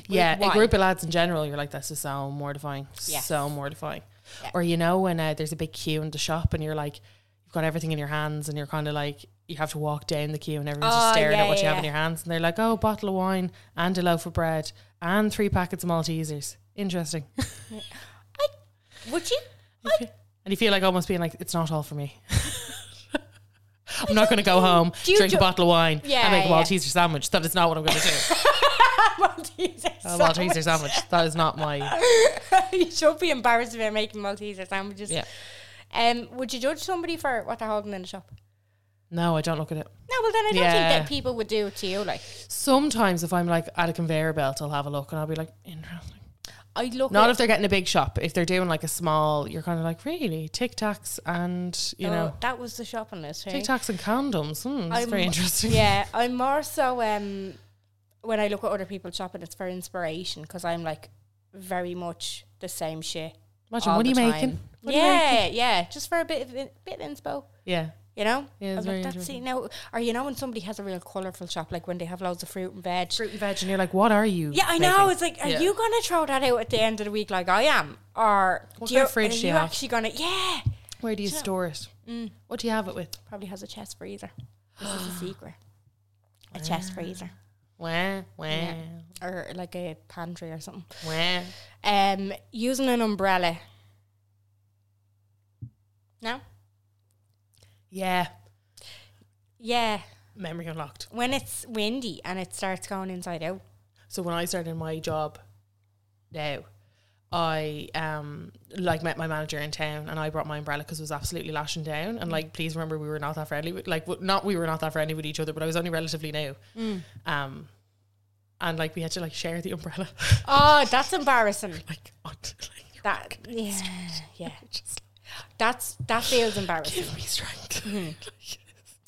Yeah, why? a group of lads in general, you're like, that's just so mortifying. Yes. So mortifying. Or you know, when uh, there's a big queue in the shop and you're like, you've got everything in your hands and you're kind of like, you have to walk down the queue and everyone's Oh, just staring yeah, at what you yeah, have in yeah. your hands. And they're like, oh, bottle of wine and a loaf of bread and three packets of Maltesers. Interesting. Would you? and you feel like almost being like, it's not all for me. I'm not going to go home, do you drink ju- a bottle of wine, Yeah, and make a yeah. Malteser sandwich. That is not what I'm going to do. Malteser a Malteser sandwich. That is not my. you should be embarrassed about making Malteser sandwiches. Yeah. Um, would you judge somebody for what they're holding in the shop? No, I don't look at it. No, well then I don't Yeah. think that people would do it to you. Like Sometimes if I'm like at a conveyor belt, I'll have a look and I'll be like, interesting. I look Not at if they're getting a big shop. If they're doing like a small, you're kind of like, really? Tic Tacs and, you Oh, know, that was the shopping list. hey? Tic Tacs and condoms. Hmm, that's very I'm- interesting. Yeah, I'm more so um when I look at other people shopping, it's for inspiration because I'm like very much the same shit. Imagine, all what are you the making? time. What are you yeah, yeah, just for a bit of in- bit of inspo, Yeah. you know. Yeah, it's I'm very like, that's it. interesting. Now, or you know, when somebody has a real colorful shop, like when they have loads of fruit and veg. Fruit and veg. And you're like, what are you? Yeah, I making? know. It's like, are Yeah. you gonna throw that out at the end of the week like I am, or What do kind you, of fridge are do you you have? actually gonna? Yeah, Mm. Where do you store it? What do you have it with? probably has a chest freezer. This is a secret. A chest freezer, Wah, wah, or like a pantry or something. wah. Um, using an umbrella. No. Yeah. Yeah, Memory unlocked. when it's windy and it starts going inside out. So when I started my job now, I um like met my manager in town and I brought my umbrella because it was absolutely lashing down and like please remember we were not that friendly with- like w- not we were not that friendly with each other but I was only relatively new Mm. um and like we had to like share the umbrella Oh, that's embarrassing. like on like, That yeah, yeah. That's that feels embarrassing. give me strength Mm-hmm. Like,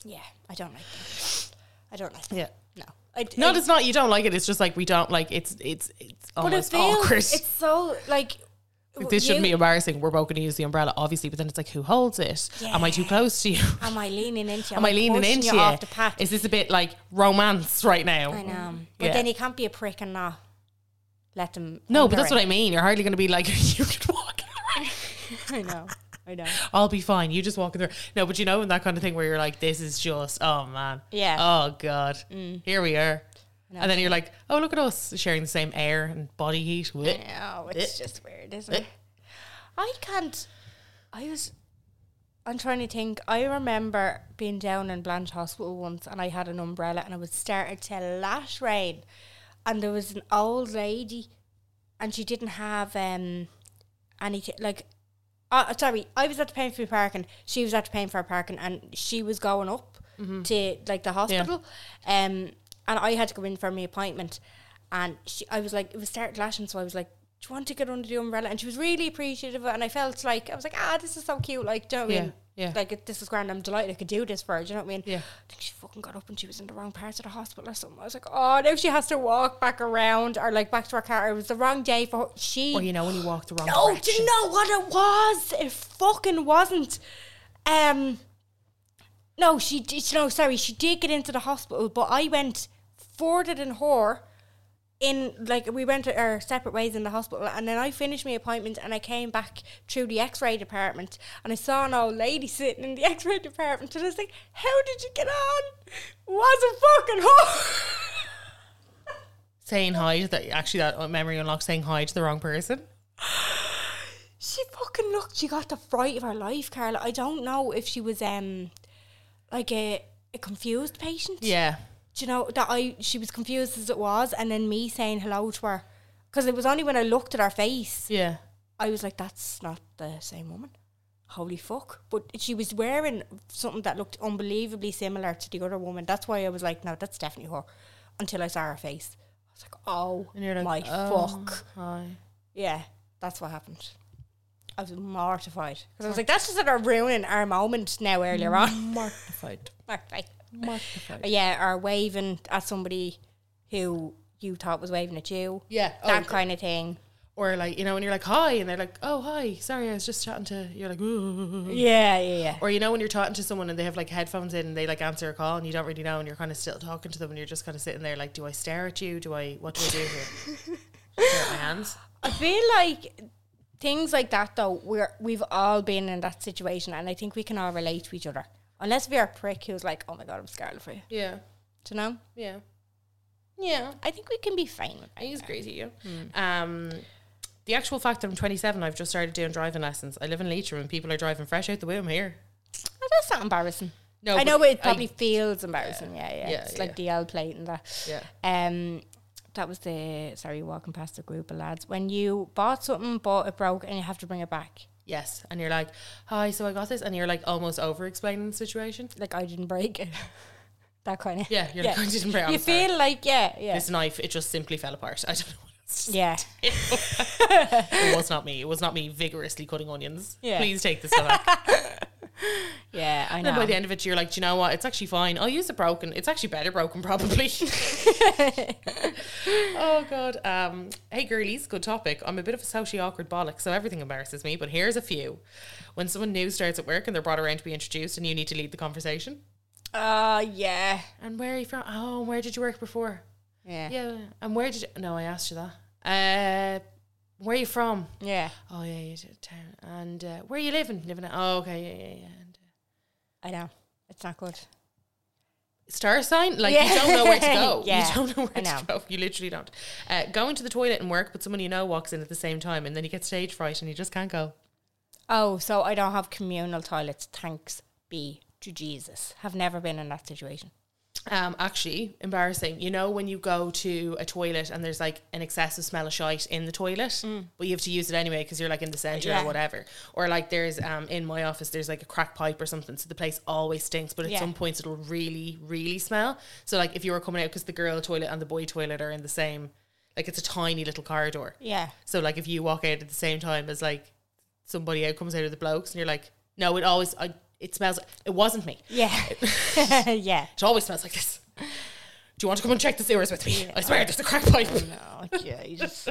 Yeah, I don't like that. I don't like that. yeah No, I, no I- it's not you don't like it it's just like we don't like it's it's it's but it almost feels awkward it's so like Like, this shouldn't you- be embarrassing we're both going to use the umbrella obviously but then it's like who holds it am I too close to you Am I leaning into? you? Am I leaning pushing into you you? off the path? Is this a bit like romance right now? I know, but Yeah. then you can't be a prick and not let them. No, but that's what I mean. You're hardly going to be like, you can walk in the rain. I. I know. I know. I'll be fine. You just walk in there. No, but you know, and that kind of thing where you're like, this is just, oh man. Yeah. Mm. Oh God. Here we are. And then you're like, oh, look at us sharing the same air and body heat. Blech. No, it's Eh. just weird, isn't it? I can't. I was. I'm trying to think. I remember being down in Blanche Hospital once, and I had an umbrella, and it was starting to lash rain, and there was an old lady, and she didn't have um, anything like. Uh, sorry, I was at the paying for parking. She was at the paying for parking, and she was going up Mm-hmm. to like the hospital, um, and I had to go in for my appointment, and she, I was like, it was starting lashing, so I was like, do you want to get under the umbrella? And she was really appreciative, of it, and I felt like I was like, ah, this is so cute, like, do you know what I Yeah, mean? yeah. Like it- this is grand. I'm delighted I could do this for her. Do you know what I mean? Yeah. I think she fucking got up and she was in the wrong part of the hospital or something. I was like, oh, now she has to walk back around or like back to her car. It was the wrong day for her. she. Or you know, when you walk the wrong No, do direction. you know what it was? It fucking wasn't. Um, no, she did. No, sorry, she did get into the hospital, but I went further than her. In like we went our separate ways in the hospital, and then I finished my appointment, and I came back through the X-ray department, and I saw an old lady sitting in the X-ray department, and I was like, "How did you get on? Wasn't fucking her." Saying hi to the, actually, that uh, memory unlocked saying hi to the wrong person. She fucking looked. She got the fright of her life, Carla. I don't know if she was um like a, a confused patient. Yeah. Do you know that I she was confused as it was, and then me saying hello to her because it was only when I looked at her face Yeah. I was like, that's not the same woman. Holy fuck! But she was wearing something that looked unbelievably similar to the other woman. That's why I was like, no, that's definitely her. Until I saw her face, I was like, oh And you're like, my oh, fuck! Hi. Yeah, that's what happened. I was mortified because I was like, that's just sort of ruining our moment now. Earlier on, Mm. Mortified. mortified. Mortified. Yeah, or waving at somebody who you thought was waving at you. Yeah. Oh, that okay. kind of thing. Or like, you know, when you're like, hi, and they're like, oh, hi, sorry, I was just chatting to, you're like, "Ooh." Yeah, yeah, yeah. Or you know when you're talking to someone and they have like headphones in and they like answer a call and you don't really know and you're kind of still talking to them and you're just kind of sitting there like, do I stare at you? Do I what do I do here? stare at my hands. I feel like things like that though, we're we've all been in that situation and I think we can all relate to each other. Unless we're a prick who's like, Oh my god, I'm scarlet for you. Yeah, Do you know? yeah, yeah. I think we can be fine with that. He's crazy, yeah. Um, the actual fact that I'm 27, I've just started doing driving lessons. I live in Leitrim and people are driving fresh out the womb here. Oh, that's not embarrassing. No, I but know it I- probably feels embarrassing, yeah, yeah. yeah, it's like the L plate and that. Yeah. Um that was the sorry, walking past the group of lads. When you bought something, bought it broke and you have to bring it back. Yes, and you're like, hi, so I got this, and you're like almost over explaining the situation. Like I didn't break it. that kind of Yeah, you're like, "I didn't break it, I'm You sorry." feel like yeah, yeah. This knife, it just simply fell apart. I don't know. What else to yeah. It was not me. It was not me vigorously cutting onions. Yeah. Please take this back. Yeah, I and then know. by the end of it, you're like, do you know what? It's actually fine. I'll use a broken. It's actually better broken, probably. oh god. Um. Hey, girlies. Good topic. I'm a bit of a socially awkward bollock, so everything embarrasses me. But here's a few. When someone new starts at work and they're brought around to be introduced, and you need to lead the conversation. Uh, yeah. And where are you from? Oh, and where did you work before? Yeah. Yeah. Yeah. And where did you? No, I asked you that. Uh, where are you from? Yeah. Oh yeah, you did town. And uh, where are you living? Living. At, oh okay, yeah, yeah, yeah. And, uh, I know. It's not good. star sign. Like Yeah. you don't know where to go. Yeah, You don't know I where know. to go. You literally don't. Uh, going to the toilet and work, but someone you know walks in at the same time, and then you get stage fright and you just can't go. Oh, so I don't have communal toilets. Thanks be to Jesus. Have never been in that situation. Um, actually, embarrassing. You know when you go to a toilet and there's like an excessive smell of shite in the toilet, but you have to use it anyway because you're like in the center Mm. Yeah. or whatever. Or like there's um in my office there's like a crack pipe or something, so the place always stinks. But at Yeah. some points it'll really, really smell. So like if you were coming out because the girl toilet and the boy toilet are in the same, like it's a tiny little corridor. Yeah. So like if you walk out at the same time as like somebody out comes out of the blokes and you're like, no, it always I, it smells. It wasn't me. Yeah. yeah. It always smells like this. Do you want to come and check the sewers with me? I swear, there's a crack pipe. Oh, Jesus.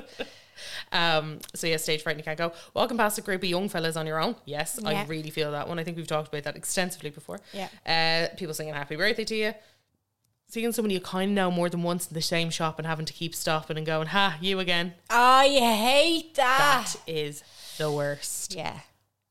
Um, so yeah, stage fright, and you can't go. Walking past a group of young fellas on your own. Yes, Yeah. I really feel that one. I think we've talked about that extensively before. Yeah. Uh, people singing happy birthday to you. Seeing someone you kind of know more than once in the same shop and having to keep stopping and going, ha, you again. I hate that. That is the worst. Yeah.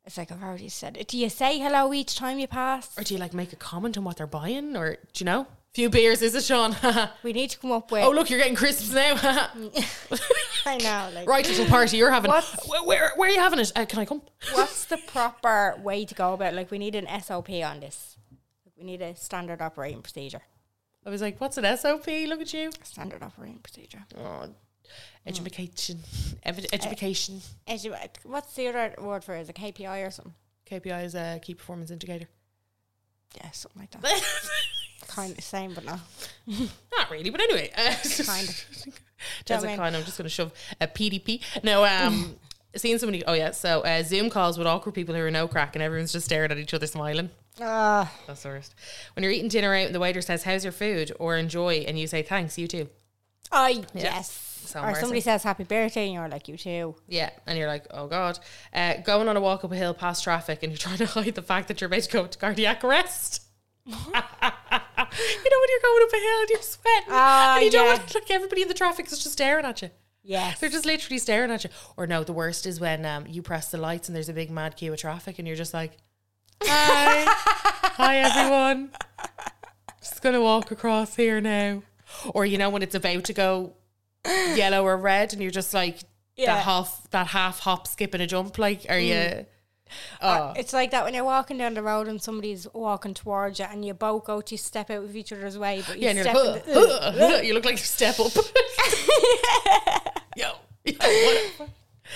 It's like I've already said it. Do you say hello each time you pass? Or do you like make a comment on what they're buying? Or do you know? Few beers, is it, Sean? oh, We need to come up with. look, you're getting crisps now. I know. Like, right little party you're having. What's- Where, where, where are you having it? Uh, can I come? What's the proper way to go about? it? Like, we need an SOP on this. We need a standard operating procedure. I was like, what's an SOP? Look at you. Standard operating procedure. Oh, education. Ev- Eh. education. As you, what's the other word for it? Is it KPI or something? KPI is a key performance indicator. Yeah, something like that. kind of same, but no. Not really, but anyway. Uh, Kind of. That's Do you know what a I mean? kind. I'm just going to shove a PDP. No, um, seeing somebody. Oh, yeah. So uh, Zoom calls with awkward people who are no crack and everyone's just staring at each other smiling. Ah, That's the worst. When you're eating dinner out and the waiter says, how's your food? Or enjoy. And you say, thanks, you too. I yes. So or somebody embarrassing. says happy birthday, and you're like, you too. Yeah, and you're like, oh god, uh, going on a walk up a hill past traffic, and you're trying to hide the fact that you're about to go to cardiac arrest. you know when you're going up a hill and you're sweating, Ah, and you don't yeah. want like everybody in the traffic is just staring at you. Yes. They're just literally staring at you. Or no, the worst is when um, you press the lights and there's a big mad queue of traffic, and you're just like, hi, hi everyone, just gonna walk across here now. Or you know when it's about to go yellow or red, and you're just like Yeah. Mm. that half that half hop, skip, and a jump. Like, are you? Uh, it's like that when you're walking down the road and somebody's walking towards you, and you both go to step out of each other's way, but you Yeah, and you're step like, in the, "Huh, huh, huh," you look like you step up. yo, yo, what?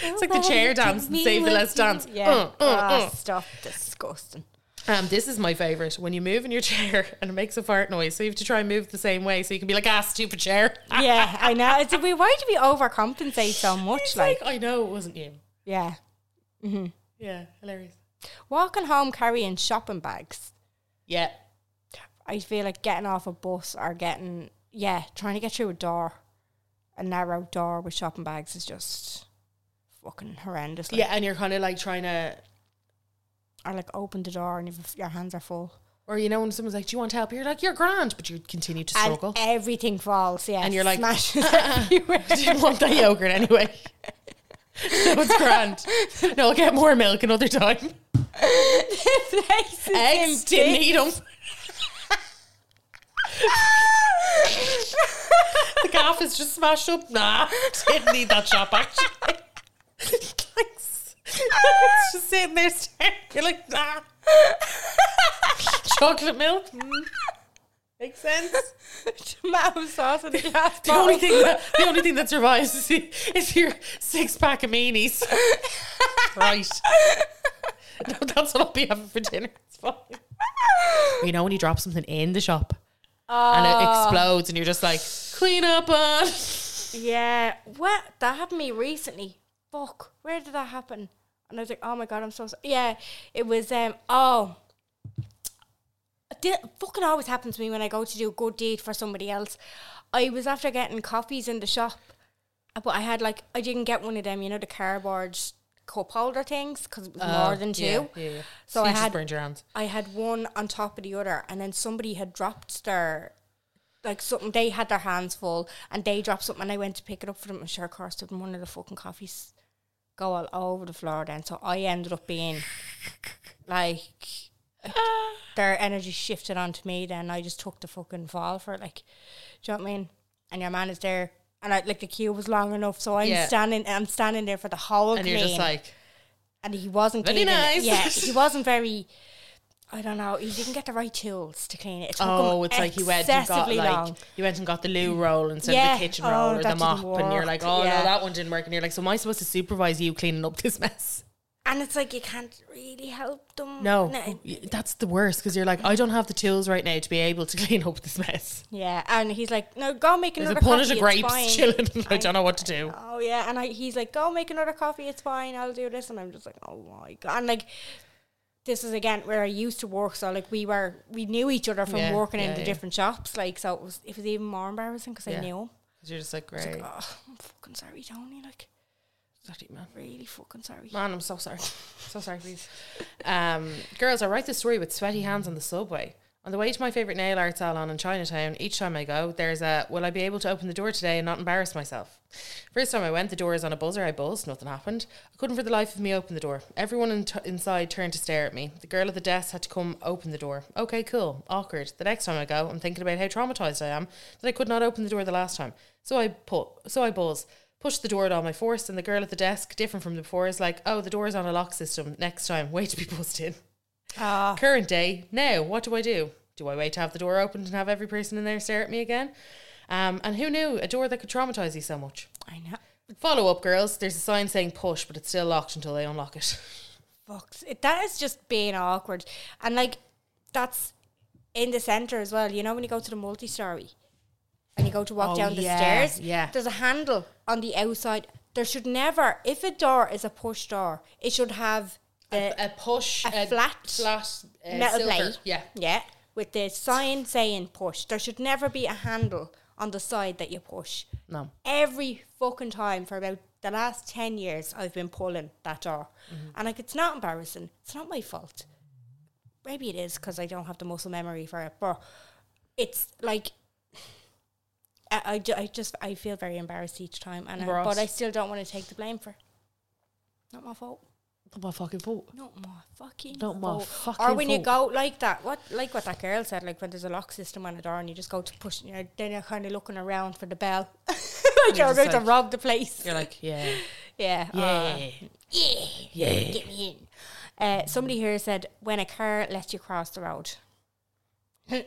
It's like the chair dance, and save the last dance. Yeah, Uh, uh, Ah, uh. stuff disgusting. Um, this is my favorite. When you move in your chair and it makes a fart noise, so you have to try and move the same way, so you can be like, ah, stupid chair. yeah, I know. It's we why do we overcompensate so much? It's Like, like, I know it wasn't you. yeah, Yeah, hilarious. Walking home carrying shopping bags. Yeah. I feel like getting off a bus or getting yeah, trying to get through a door, a narrow door with shopping bags is just fucking horrendous. Like, yeah, and you're kind of like trying to, Or like open the door and if your hands are full. or you know, when someone's like, "Do you want help?" You're like, "You're grand," but you continue to struggle. And everything falls, yeah. And you're like, smashes everywhere. I didn't want that yogurt anyway. so it's grand. No, I'll get more milk another time. the place is Eggs in didn't eat them. bits. The gaff is just smashed up. Nah, didn't need that shop actually. like, s- it's just sitting there staring. You're like, nah. Chocolate milk. Mm. Makes sense. Tomato sauce and a glass The only bottle. thing that the only thing that survives is, is your six pack of meanies. right. No, that's what I'll be having for dinner. It's fine. You know when you drop something in the shop Oh. and it Ah. explodes, and you're just like, clean up on. Yeah. Well, that happened to me recently. Fuck. Where did that happen? And I was like, oh my god, I'm so sorry. Yeah. It was um oh. It Did, fucking always happens to me when I go to do a good deed for somebody else. I was after getting coffees in the shop, uh, but I had like I didn't get one of them, you know, the cardboard cup holder things because it was Uh, Oh, more than two. So, I you just had burned your hands. I had one on top of the other, and then somebody had dropped their like something. They had their hands full, and they dropped something. And I went to pick it up for them, and sure, of course, did one of the fucking coffees go all over the floor. Then, so I ended up being like their energy shifted onto me. Then I just took the fucking fall for it. Like, do you know what I mean? And your man is there. And I, like the queue was long enough, so I'm Yeah. standing. I'm standing there for the whole. And you're just clean like, and he wasn't Very cleaning it. nice. Yeah, he wasn't very. I don't know. He didn't get the right tools to clean it. it took oh, him it's like you went and got excessively like long. you went and got the loo roll instead Yeah. of the kitchen Oh, roll or that the didn't mop, and you're like, work. oh Yeah. no, that one didn't work, and you're like, so am I supposed to supervise you cleaning up this mess? and it's like you can't really help them. No, y- that's the worst because you're like, I don't have the tools right now to be able to clean up this mess. Yeah, and he's like, "No, go make There's another a punnet coffee. of it's fine." grapes chilling. I don't know what to do. Oh yeah, and I, he's like, "Go make another coffee. It's fine. I'll do this." And I'm just like, "Oh my god!" And like, this is again where I used to work. So like, we were we knew each other from Yeah, working in yeah, the yeah. different shops. Like, so it was it was even more embarrassing because I Yeah. knew him. 'Cause You're just like, great, Oh, I'm fucking sorry, Tony. Like, Bloody man. really fucking sorry. Man, I'm so sorry. So sorry, please. Um, girls, I write this story with sweaty hands on the subway. On the way to my favourite nail art salon in Chinatown, each time I go, there's a will I be able to open the door today and not embarrass myself? First time I went, the door is on a buzzer. I buzzed, nothing happened. I couldn't for the life of me open the door. Everyone in t- inside turned to stare at me. The girl at the desk had to come open the door. Okay, cool. Awkward. The next time I go, I'm thinking about how traumatized I am that I could not open the door the last time. So I put, so I buzz pushed the door with all my force, and the girl at the desk, different from before, is like, "Oh, the door's on a lock system. Next time, wait to be buzzed in." Ah, Current day, now what do I do? Do I wait to have the door opened and have every person in there stare at me again? Um, and who knew a door that could traumatize you so much? I know. Follow up, girls. There's a sign saying push, but it's still locked until they unlock it. Fucks. It, that is just being awkward. And like, that's in the centre as well. You know, when you go to the multi story and you go to walk Oh, down the yeah, stairs, yeah. there's a handle on the outside. There should never, if a door is a push door, it should have the A push, A flat flat uh, metal silver. plate. Yeah, Yeah. With the sign saying push. There should never be a handle on the side that you push. no. every fucking time for about the last 10 years I've been pulling that door. And like, it's not embarrassing. It's not my fault. Maybe it is because I don't have the muscle memory for it, but it's like, I, I, ju- I just, I feel very embarrassed each time. And I, Ross. but I still don't want to take the blame for it. Not my fault. Not my fucking fault. Not my fucking Not my fault. fucking Or when you go fault. like that, what like what that girl said, like when there's a lock system on a door and you just go to push, you know, then you're kind of looking around for the bell, like you're just about to like- rob the place. You're like, yeah, Yeah, yeah, uh, yeah, Get me in. Uh, somebody here said when a car lets you cross the road.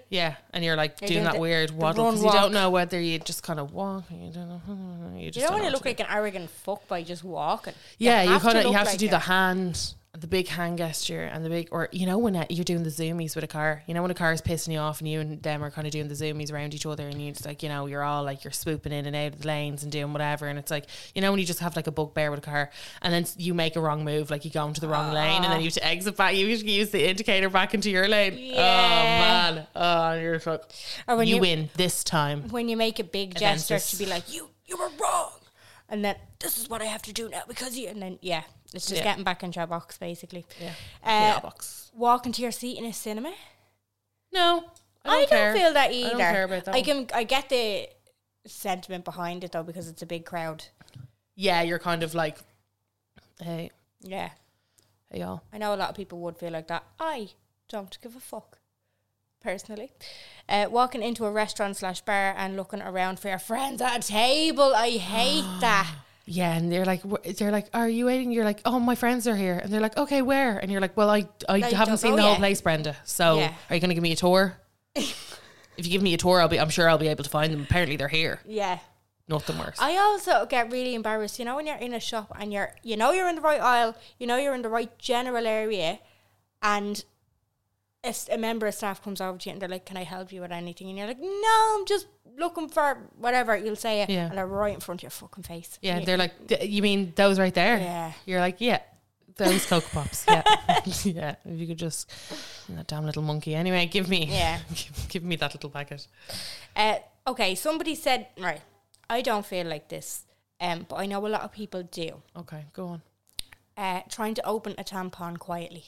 Yeah, and you're like You're doing doing that the- weird the waddle run because you don't walk. know whether you just kind of walk. You don't know. You just You don't want to know what look like an arrogant fuck by just walking. do. yeah. You have to kind of you look have to like do it. the hand the big hand gesture and the big, or you know, when uh, you're doing the zoomies with a car, you know, when a car is pissing you off and you and them are kind of doing the zoomies around each other and you just like, you know, you're all like, you're swooping in and out of the lanes and doing whatever. And it's like, you know, when you just have like a bugbear with a car and then you make a wrong move, like you go into the Ah. wrong lane and then you have to exit back, you usually use the indicator back into your lane. Yeah. Oh man. Oh, and you're just like, Or when you, you- win this time. when you make a big Events gesture is- to be like, you, you were wrong, and then this is what I have to do now because you, and then yeah, it's just Yeah. getting back into your box basically. Yeah, Yeah, uh, box. walk into your seat in a cinema. No, I don't, care. feel that I either. don't care about that. I one. can, I get the sentiment behind it though because it's a big crowd. yeah, you're kind of like, hey, Yeah, hey y'all. I know a lot of people would feel like that. I don't give a fuck, personally. Uh, walking into a restaurant slash bar and looking around for your friends at a table, I hate that. Yeah, and they're like, wh- they're like, are you waiting? You're like, oh, my friends are here, and they're like, okay, where? And you're like, well, I, I Like, haven't don't seen know the whole yet. place, Brenda. So, Yeah. are you going to give me a tour? if you give me a tour, I'll be, I'm sure I'll be able to find them. Apparently, they're here. Yeah. Nothing worse. I also get really embarrassed, you know, when you're in a shop and you're, you know, you're in the right aisle, you know, you're in the right general area, and a, s- a member of staff comes over to you and they're like, "Can I help you with anything?" And you're like, "No, I'm just looking for whatever." You'll say it, Yeah. and they're right in front of your fucking face. yeah, they're like, "D- you mean those right there? Yeah. You're like, yeah, those Cocoa Pops. Yeah, yeah. If you could just that damn little monkey. Anyway, give me, Yeah. give, give me that little packet. Uh, okay, somebody said, right, I don't feel like this, um, but I know a lot of people do. Okay, go on. Uh, trying to open a tampon quietly.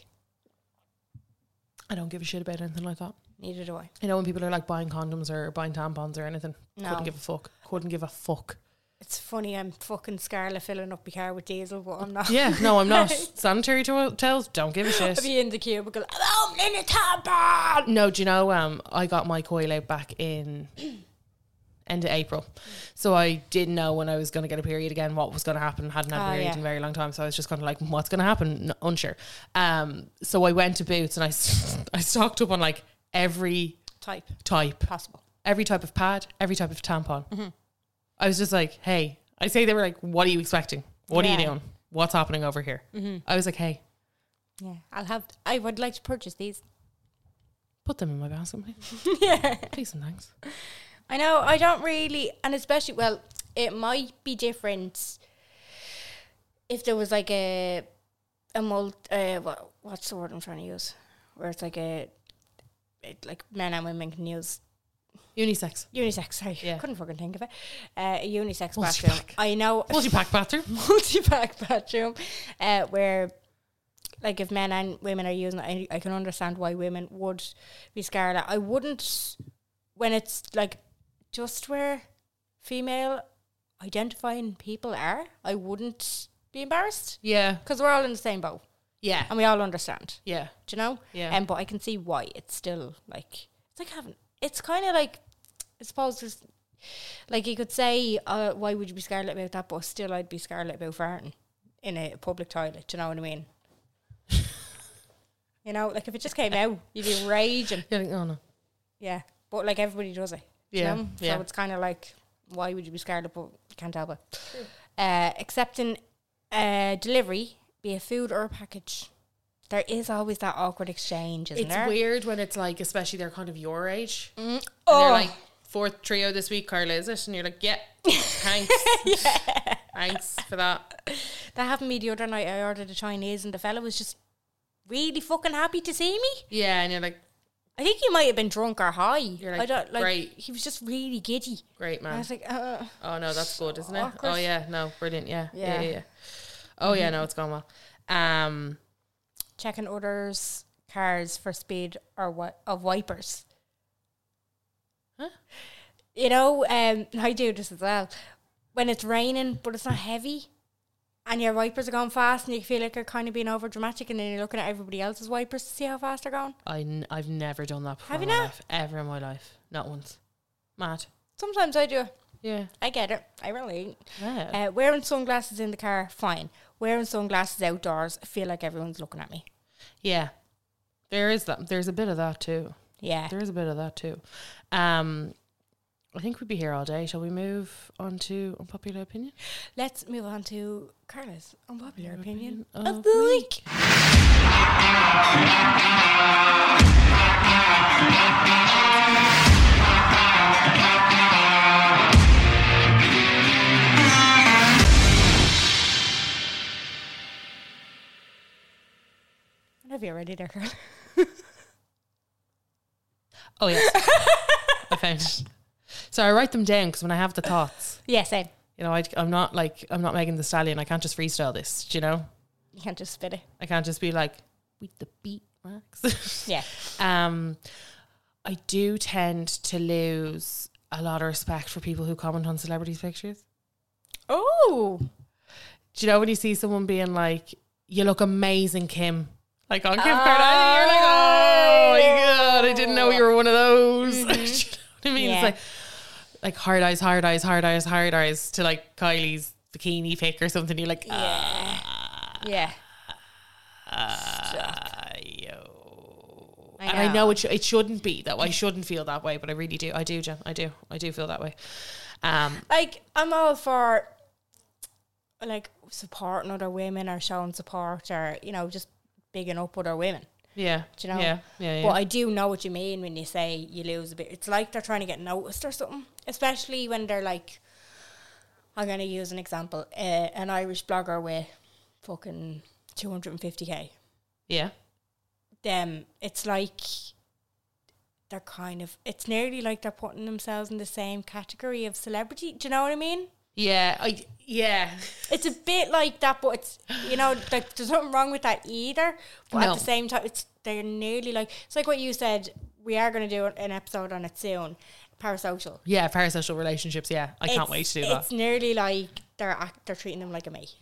I don't give a shit about anything like that. Neither do I. You know when people are like buying condoms or buying tampons or anything, No. couldn't give a fuck. Couldn't give a fuck. It's funny, I'm fucking Scarlet filling up my car with diesel, but I'm not. Yeah, no, I'm not. Sanitary to- towels, don't give a I'll shit. be in the cubicle. I'm opening a tampon. No, do you know? Um, I got my coil out back in end of April, so I didn't know when I was going to get a period again. What was going to happen? Hadn't had a Ah, period yeah. in a very long time, so I was just kind of like, "What's going to happen?" N- unsure. Um, so I went to Boots and I, s- I stocked up on like every Type type possible. every type of pad, every type of tampon. I was just like, hey, I say they were like, what are you expecting? What are Yeah. you doing? What's happening over here? I was like, hey, Yeah, I'll have. I would like to purchase these. put them in my basket, mate. yeah. Please and thanks. I know. I don't really, and especially well, it might be different if there was like a a mult. Uh, what what's the word I'm trying to use? Where it's like a it, like men and women can use Unisex. unisex. Sorry, Yeah. couldn't fucking think of it. Uh, a unisex bathroom. Multi-pack. I know Multi pack bathroom. multi pack bathroom, uh, where like if men and women are using it, I, I can understand why women would be scarlet. I wouldn't when it's like just where female identifying people are. I wouldn't be embarrassed Yeah. because we're all in the same boat Yeah. and we all understand. yeah. Do you know? Yeah. Um, but I can see why it's still like it's like having it's kind of like I suppose there's like you could say uh, why would you be scarlet about that, but still I'd be scarlet about farting in a public toilet. Do you know what I mean? you know, like if it just came out, you'd be raging. You're like, oh no. Yeah, but like everybody does it. do Yeah, You know? yeah. So it's kind of like why would you be scarlet, but you can't help it. Uh, accepting uh, delivery, be it food or a package. There is always that awkward exchange, isn't It's there? weird when it's like, especially they're kind of your age. And Oh. they're like, fourth trio this week, Carla, is it? And you're like, yeah, thanks. Thanks for that. That happened to me the other night. I ordered a Chinese, and the fella was just really fucking happy to see me. Yeah. And you're like, I think he might have been drunk or high. You're like, I don't like. "Great." He was just really giddy. great, man. I was like, uh, Oh no, that's good, isn't it? awkward. Oh yeah, no, brilliant. Yeah, yeah, Yeah. Mm-hmm. yeah. yeah. Oh yeah, no, it's gone well. Um, checking orders, cars for speed or what of wipers. Huh? You know, um, I do this as well. When it's raining, but it's not heavy, and your wipers are going fast, and you feel like you're kind of being over dramatic, and then you're looking at everybody else's wipers to see how fast they're going. I n- I've never done that before. Have in you my not? life, ever in my life, not once. Mad. Sometimes I do. Yeah. I get it. I relate. Yeah. Uh, wearing sunglasses in the car, fine. Wearing sunglasses outdoors, I feel like everyone's looking at me. yeah. There is that. There's a bit of that too. Yeah. There is a bit of that too. Um, I think we'd be here all day. Shall we move on to unpopular opinion? Let's move on to Carla's unpopular opinion Opinion of of the week. week. Whatever you're ready there, Carl. Oh yes, I found it. So I write them down because when I have the thoughts, yeah, same. you know, I, I'm not like I'm not Megan the Stallion. I can't just freestyle this. Do you know? You can't just spit it. I can't just be like with the beat, Max. Yeah. Um, I do tend to lose a lot of respect for people who comment on celebrities' pictures. Oh, Do you know when you see someone being like, "You look amazing, Kim," like on Kim Kardashian, you're like, "Oh my god, I didn't know you were one of those." Do you know what I mean? Yeah. It's like, like hard eyes, hard eyes, hard eyes, hard eyes to like Kylie's bikini pic or something. You're like, yeah. ah, yo. And I know it, sh- it shouldn't be that way. I shouldn't feel that way, but I really do. I do, Jen. I do. I do feel that way. Um, Like, I'm all for like supporting other women or showing support or, you know, just bigging up other women. yeah. Do you know? Yeah. Yeah. yeah. But I do know what you mean when you say you lose a bit. It's like they're trying to get noticed or something, especially when they're like, I'm going to use an example uh, an Irish blogger with fucking 250k. yeah. Them, it's like they're kind of, it's nearly like they're putting themselves in the same category of celebrity. Do you know what I mean? Yeah. I, yeah. It's a bit like that, but it's you know like, there's nothing wrong with that either. But No. at the same time, it's they're nearly like it's like what you said. We are going to do an episode on it soon, parasocial. Yeah. Parasocial relationships. Yeah. I can't It's- wait to do that. It's nearly like they're act, they're treating them like a mate.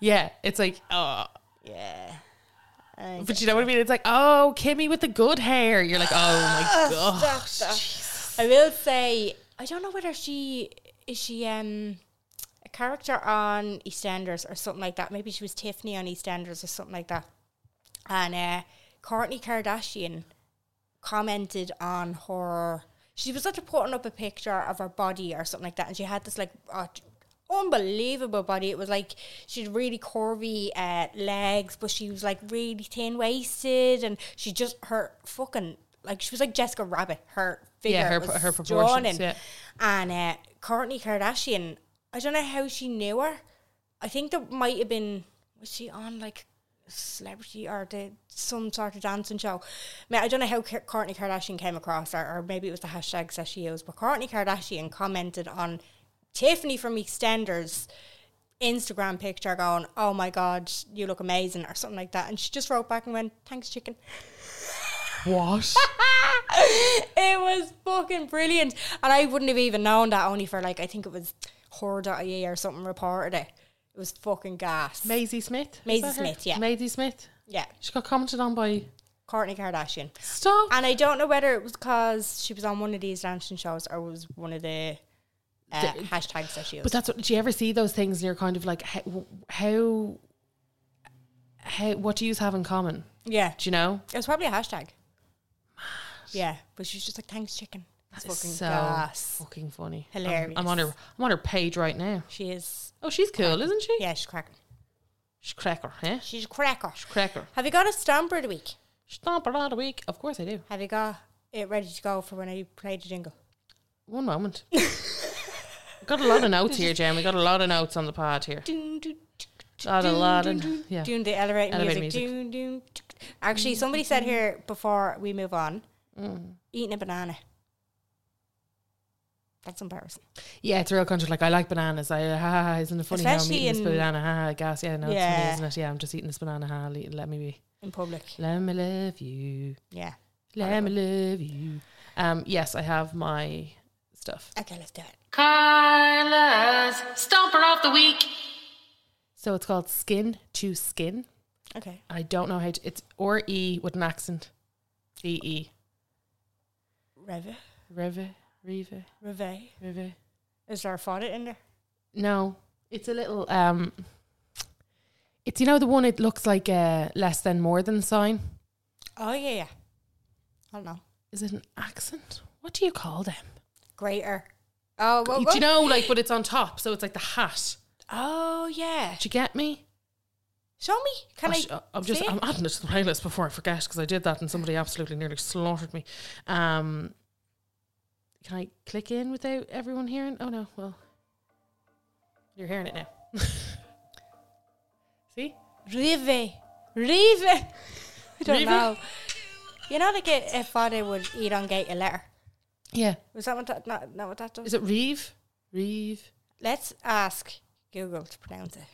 Yeah, it's like, oh, Yeah, And but you know what I mean? It's like, oh, Kimmy with the good hair. You're like, oh my god. stop that. I will say I don't know whether she is she um a character on EastEnders or something like that. Maybe she was Tiffany on EastEnders or something like that. And uh, Courtney Kardashian commented on her. She was like putting up a picture of her body or something like that, and she had this like uh, unbelievable body. It was like she had really curvy uh, legs, but she was like really thin waisted, and she just her fucking like she was like Jessica Rabbit. Her figure, Yeah, her was pro- her proportions, stunning. yeah. And uh, Courtney Kardashian, I don't know how she knew her. I think there might have been was she on like celebrity or the some sort of dancing show. Man, I don't know how K- Courtney Kardashian came across her, or maybe it was the hashtags that she used. But Courtney Kardashian commented on Tiffany from EastEnders. Instagram picture going, oh my god, you look amazing, or something like that. And she just wrote back and went, thanks, chicken. What? it was fucking brilliant. And I wouldn't have even known that only for like I think it was horror.ie E or something reported it. It was fucking gas. Maisie Smith. Is Maisie that her? Smith, yeah. Maisie Smith. yeah. She got commented on by Courtney Kardashian. Stop. And I don't know whether it was because she was on one of these dancing shows or was one of the uh, hashtags that she but used. that's what. Do you ever see those things? And you're kind of like, how, how, how what do you have in common? Yeah. Do you know? It was probably a hashtag. Yeah. But she was just like, thanks, chicken. That's fucking so gas. fucking funny. I'm- Hilarious. I'm on her. I'm on her page right now. She is, Oh, she's cool, isn't she? yeah, she's cracking. She's cracker, eh? She's a cracker. Cracker. Have you got a stamper of the week? Stomp her out a week. Of course I do. Have you got it ready to go for when I play the jingle? One moment. got a lot of notes here, Jen. We got a lot of notes on the pod here. Dun, dun, tuk, tuk, Lot of- dun, lot dun, of- dun, yeah. Dun, the elevator Elevator music. music. Dun, dun, tuk. Actually, somebody said here before we move on, Mm. eating a banana. That's embarrassing. Yeah, it's a real country. Like I like bananas. I ha, ha, ha isn't it funny how I'm Especially eating this in- banana? Ha, ha gas. Yeah, no, it's funny, Yeah. isn't it? Yeah, I'm just eating this banana. Ha, le- let me be. In public. Let me love you. Yeah. Let me love you. Um, yes, I have my stuff. Okay, let's do it. Carla's Stomper of the Week. So it's called Skin to Skin. Okay. I don't know how to. It's or e with an accent. E e. Reve. River, river, Reve. river. Is there a fondant in there? No, it's a little. um It's you know the one. It looks like a less than more than sign. Oh, yeah, yeah. I don't know. Is it an accent? What do you call them? Greater. Oh, what, Do what? you know like? But it's on top, so it's like the hat. Oh, yeah. Do you get me? Show me. Can I? Gosh, I, am just see it? Oh, I'm adding it to the playlist before I forget because I did that and somebody absolutely nearly slaughtered me. Um, can I click in without everyone hearing? Oh no, well, you're hearing it now. See, Rive. Rive. I don't Rive? know. You know, like a, a father would elongate a letter. yeah, Was that what that, not, not what that does? is it Reeve? Reeve? Let's ask Google to pronounce it.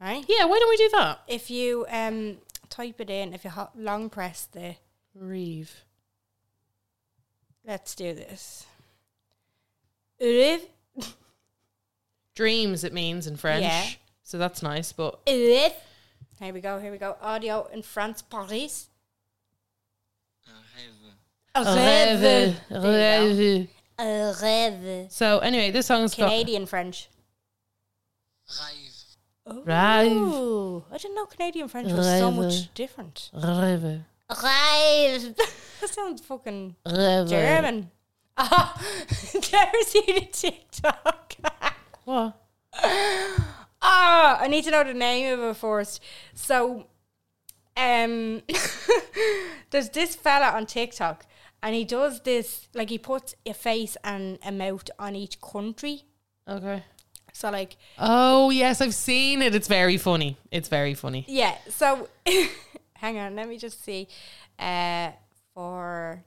Right? Yeah, why don't we do that? If you um type it in, if you ho- long press the, Reeve. let's do this. Rive. Dreams it means in French. Yeah. So that's nice, but Rive. Here we go, here we go. Audio in France, Paris. A rêve. There you go. Rêve. A rêve. So anyway, this song's got Canadian French. Rive. Ooh, I didn't know Canadian French was so much Rive. different. Rêve. Rive. that sounds fucking Rêve. German. Ah, there's the TikTok. What? Ah, I need to know the name of it first. So, um, there's this fella on TikTok, and he does this like he puts a face and a mouth on each country. Okay. So like Oh yes, I've seen it. It's very funny. It's very funny. Yeah. So, hang on. Let me just see. Uh, for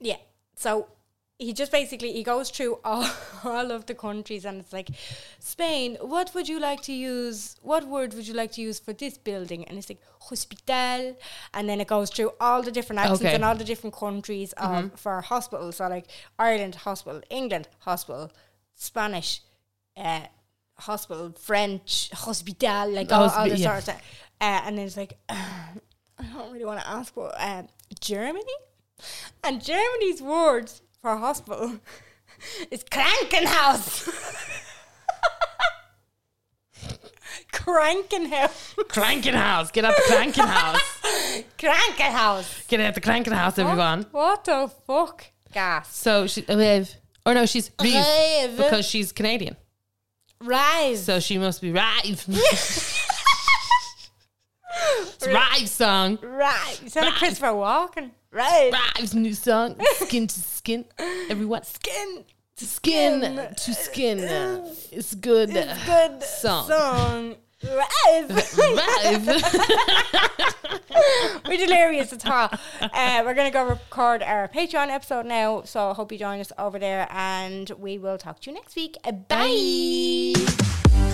yeah. So he just basically he goes through all, all of the countries and it's like Spain. What would you like to use? What word would you like to use for this building? And it's like hospital, and then it goes through all the different accents Okay. Mm-hmm. and all the different countries of, for hospitals. So like Ireland hospital, England hospital, Spanish. Uh, hospital, French, hospital, like all, all Hospi- this yeah. sort of stuff. Uh, and it's like, I don't really want to ask, but um, Germany? And Germany's word for hospital is Krankenhaus. Krankenhaus. Cranking house. Get out the cranking house. Krankenhaus. Get out the cranking house, everyone. What the fuck? Gas. So she Rev. Or no, she's Reeve, Rive. because she's Canadian. Rise. So she must be Rive. it's Rive song. Right. You sound like Christopher Walken. Right. Rive's new song. Skin to skin. Everyone. Skin. Skin to skin. It's good. Good Song. song. Rise. Rive. We're delirious at all. Uh, we're going to go record our Patreon episode now. So I hope you join us over there and we will talk to you next week. Uh, Bye. Bye.